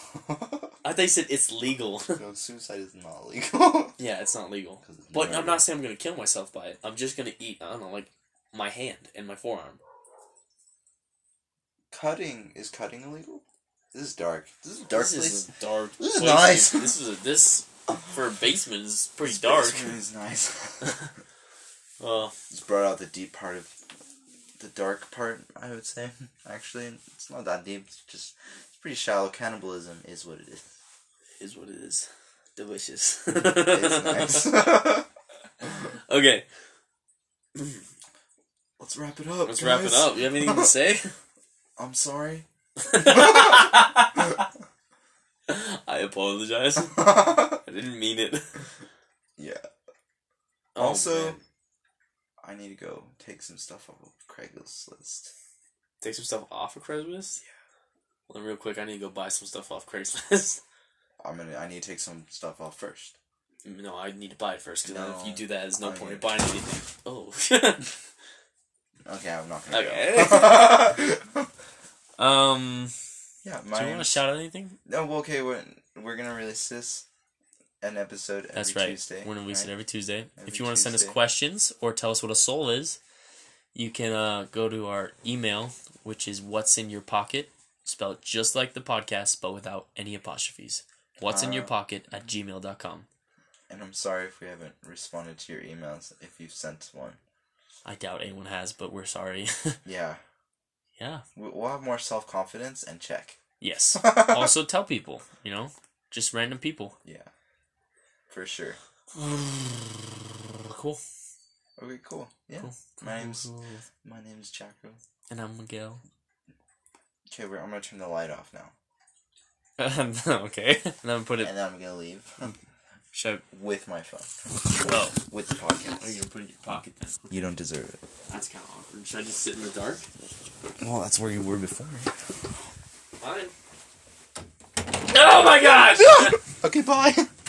I thought you said it's legal. no, suicide is not legal. yeah, it's not legal. 'Cause it's But murder. I'm not saying I'm gonna kill myself by it. I'm just gonna eat, I don't know, like my hand and my forearm. cutting. Is cutting illegal? This is dark. This is a dark this place. is a dark. This is place. nice. This is a, this for a basement is pretty This dark. basement is nice. Uh, it's brought out the deep part of the dark part. I would say actually, it's not that deep. It's just it's pretty shallow. Cannibalism is what it is. is what it is. Delicious. It's nice. Okay, Let's wrap it up. let's wrap it up. You have anything to say? I'm sorry. I apologize. I didn't mean it. yeah. Oh, also, man. I need to go take some stuff off of Craigslist. take some stuff off of Craigslist. Yeah. Well, then real quick, I need to go buy some stuff off Craigslist. I'm gonna. I need to take some stuff off first. no, I need to buy it first. Because if No. you do that, there's no I point in need- buying anything. Oh. Okay, I'm not gonna go. um. yeah, Do you my. want to shout out anything? No, well, okay. We're, we're gonna release this an episode every That's right. Tuesday. We're gonna release it right? every Tuesday. Every if you want to send us Tuesday. questions or tell us what a soul is, you can uh, go to our email, which is what's in your pocket, spelled just like the podcast, but without any apostrophes. What's in your Uh, pocket at gmail.com. And I'm sorry if we haven't responded to your emails if you've sent one. I doubt anyone has, but we're sorry. Yeah, yeah. We- we'll have more self confidence and check. Yes. also, tell people, you know, just random people. Yeah, for sure. Cool. Okay, cool. Yeah, Cool. my name's my name's Jacko. And I'm Miguel. Okay, we're, I'm gonna turn the light off now, okay. And then put it. and then I'm gonna leave Should Oh. with my phone, I, well, with the podcast. gonna put it in your pocket then? You don't deserve it. That's kind of awkward. Should I just sit in the dark? Well, that's where you were before. Fine. Oh my gosh! okay, bye.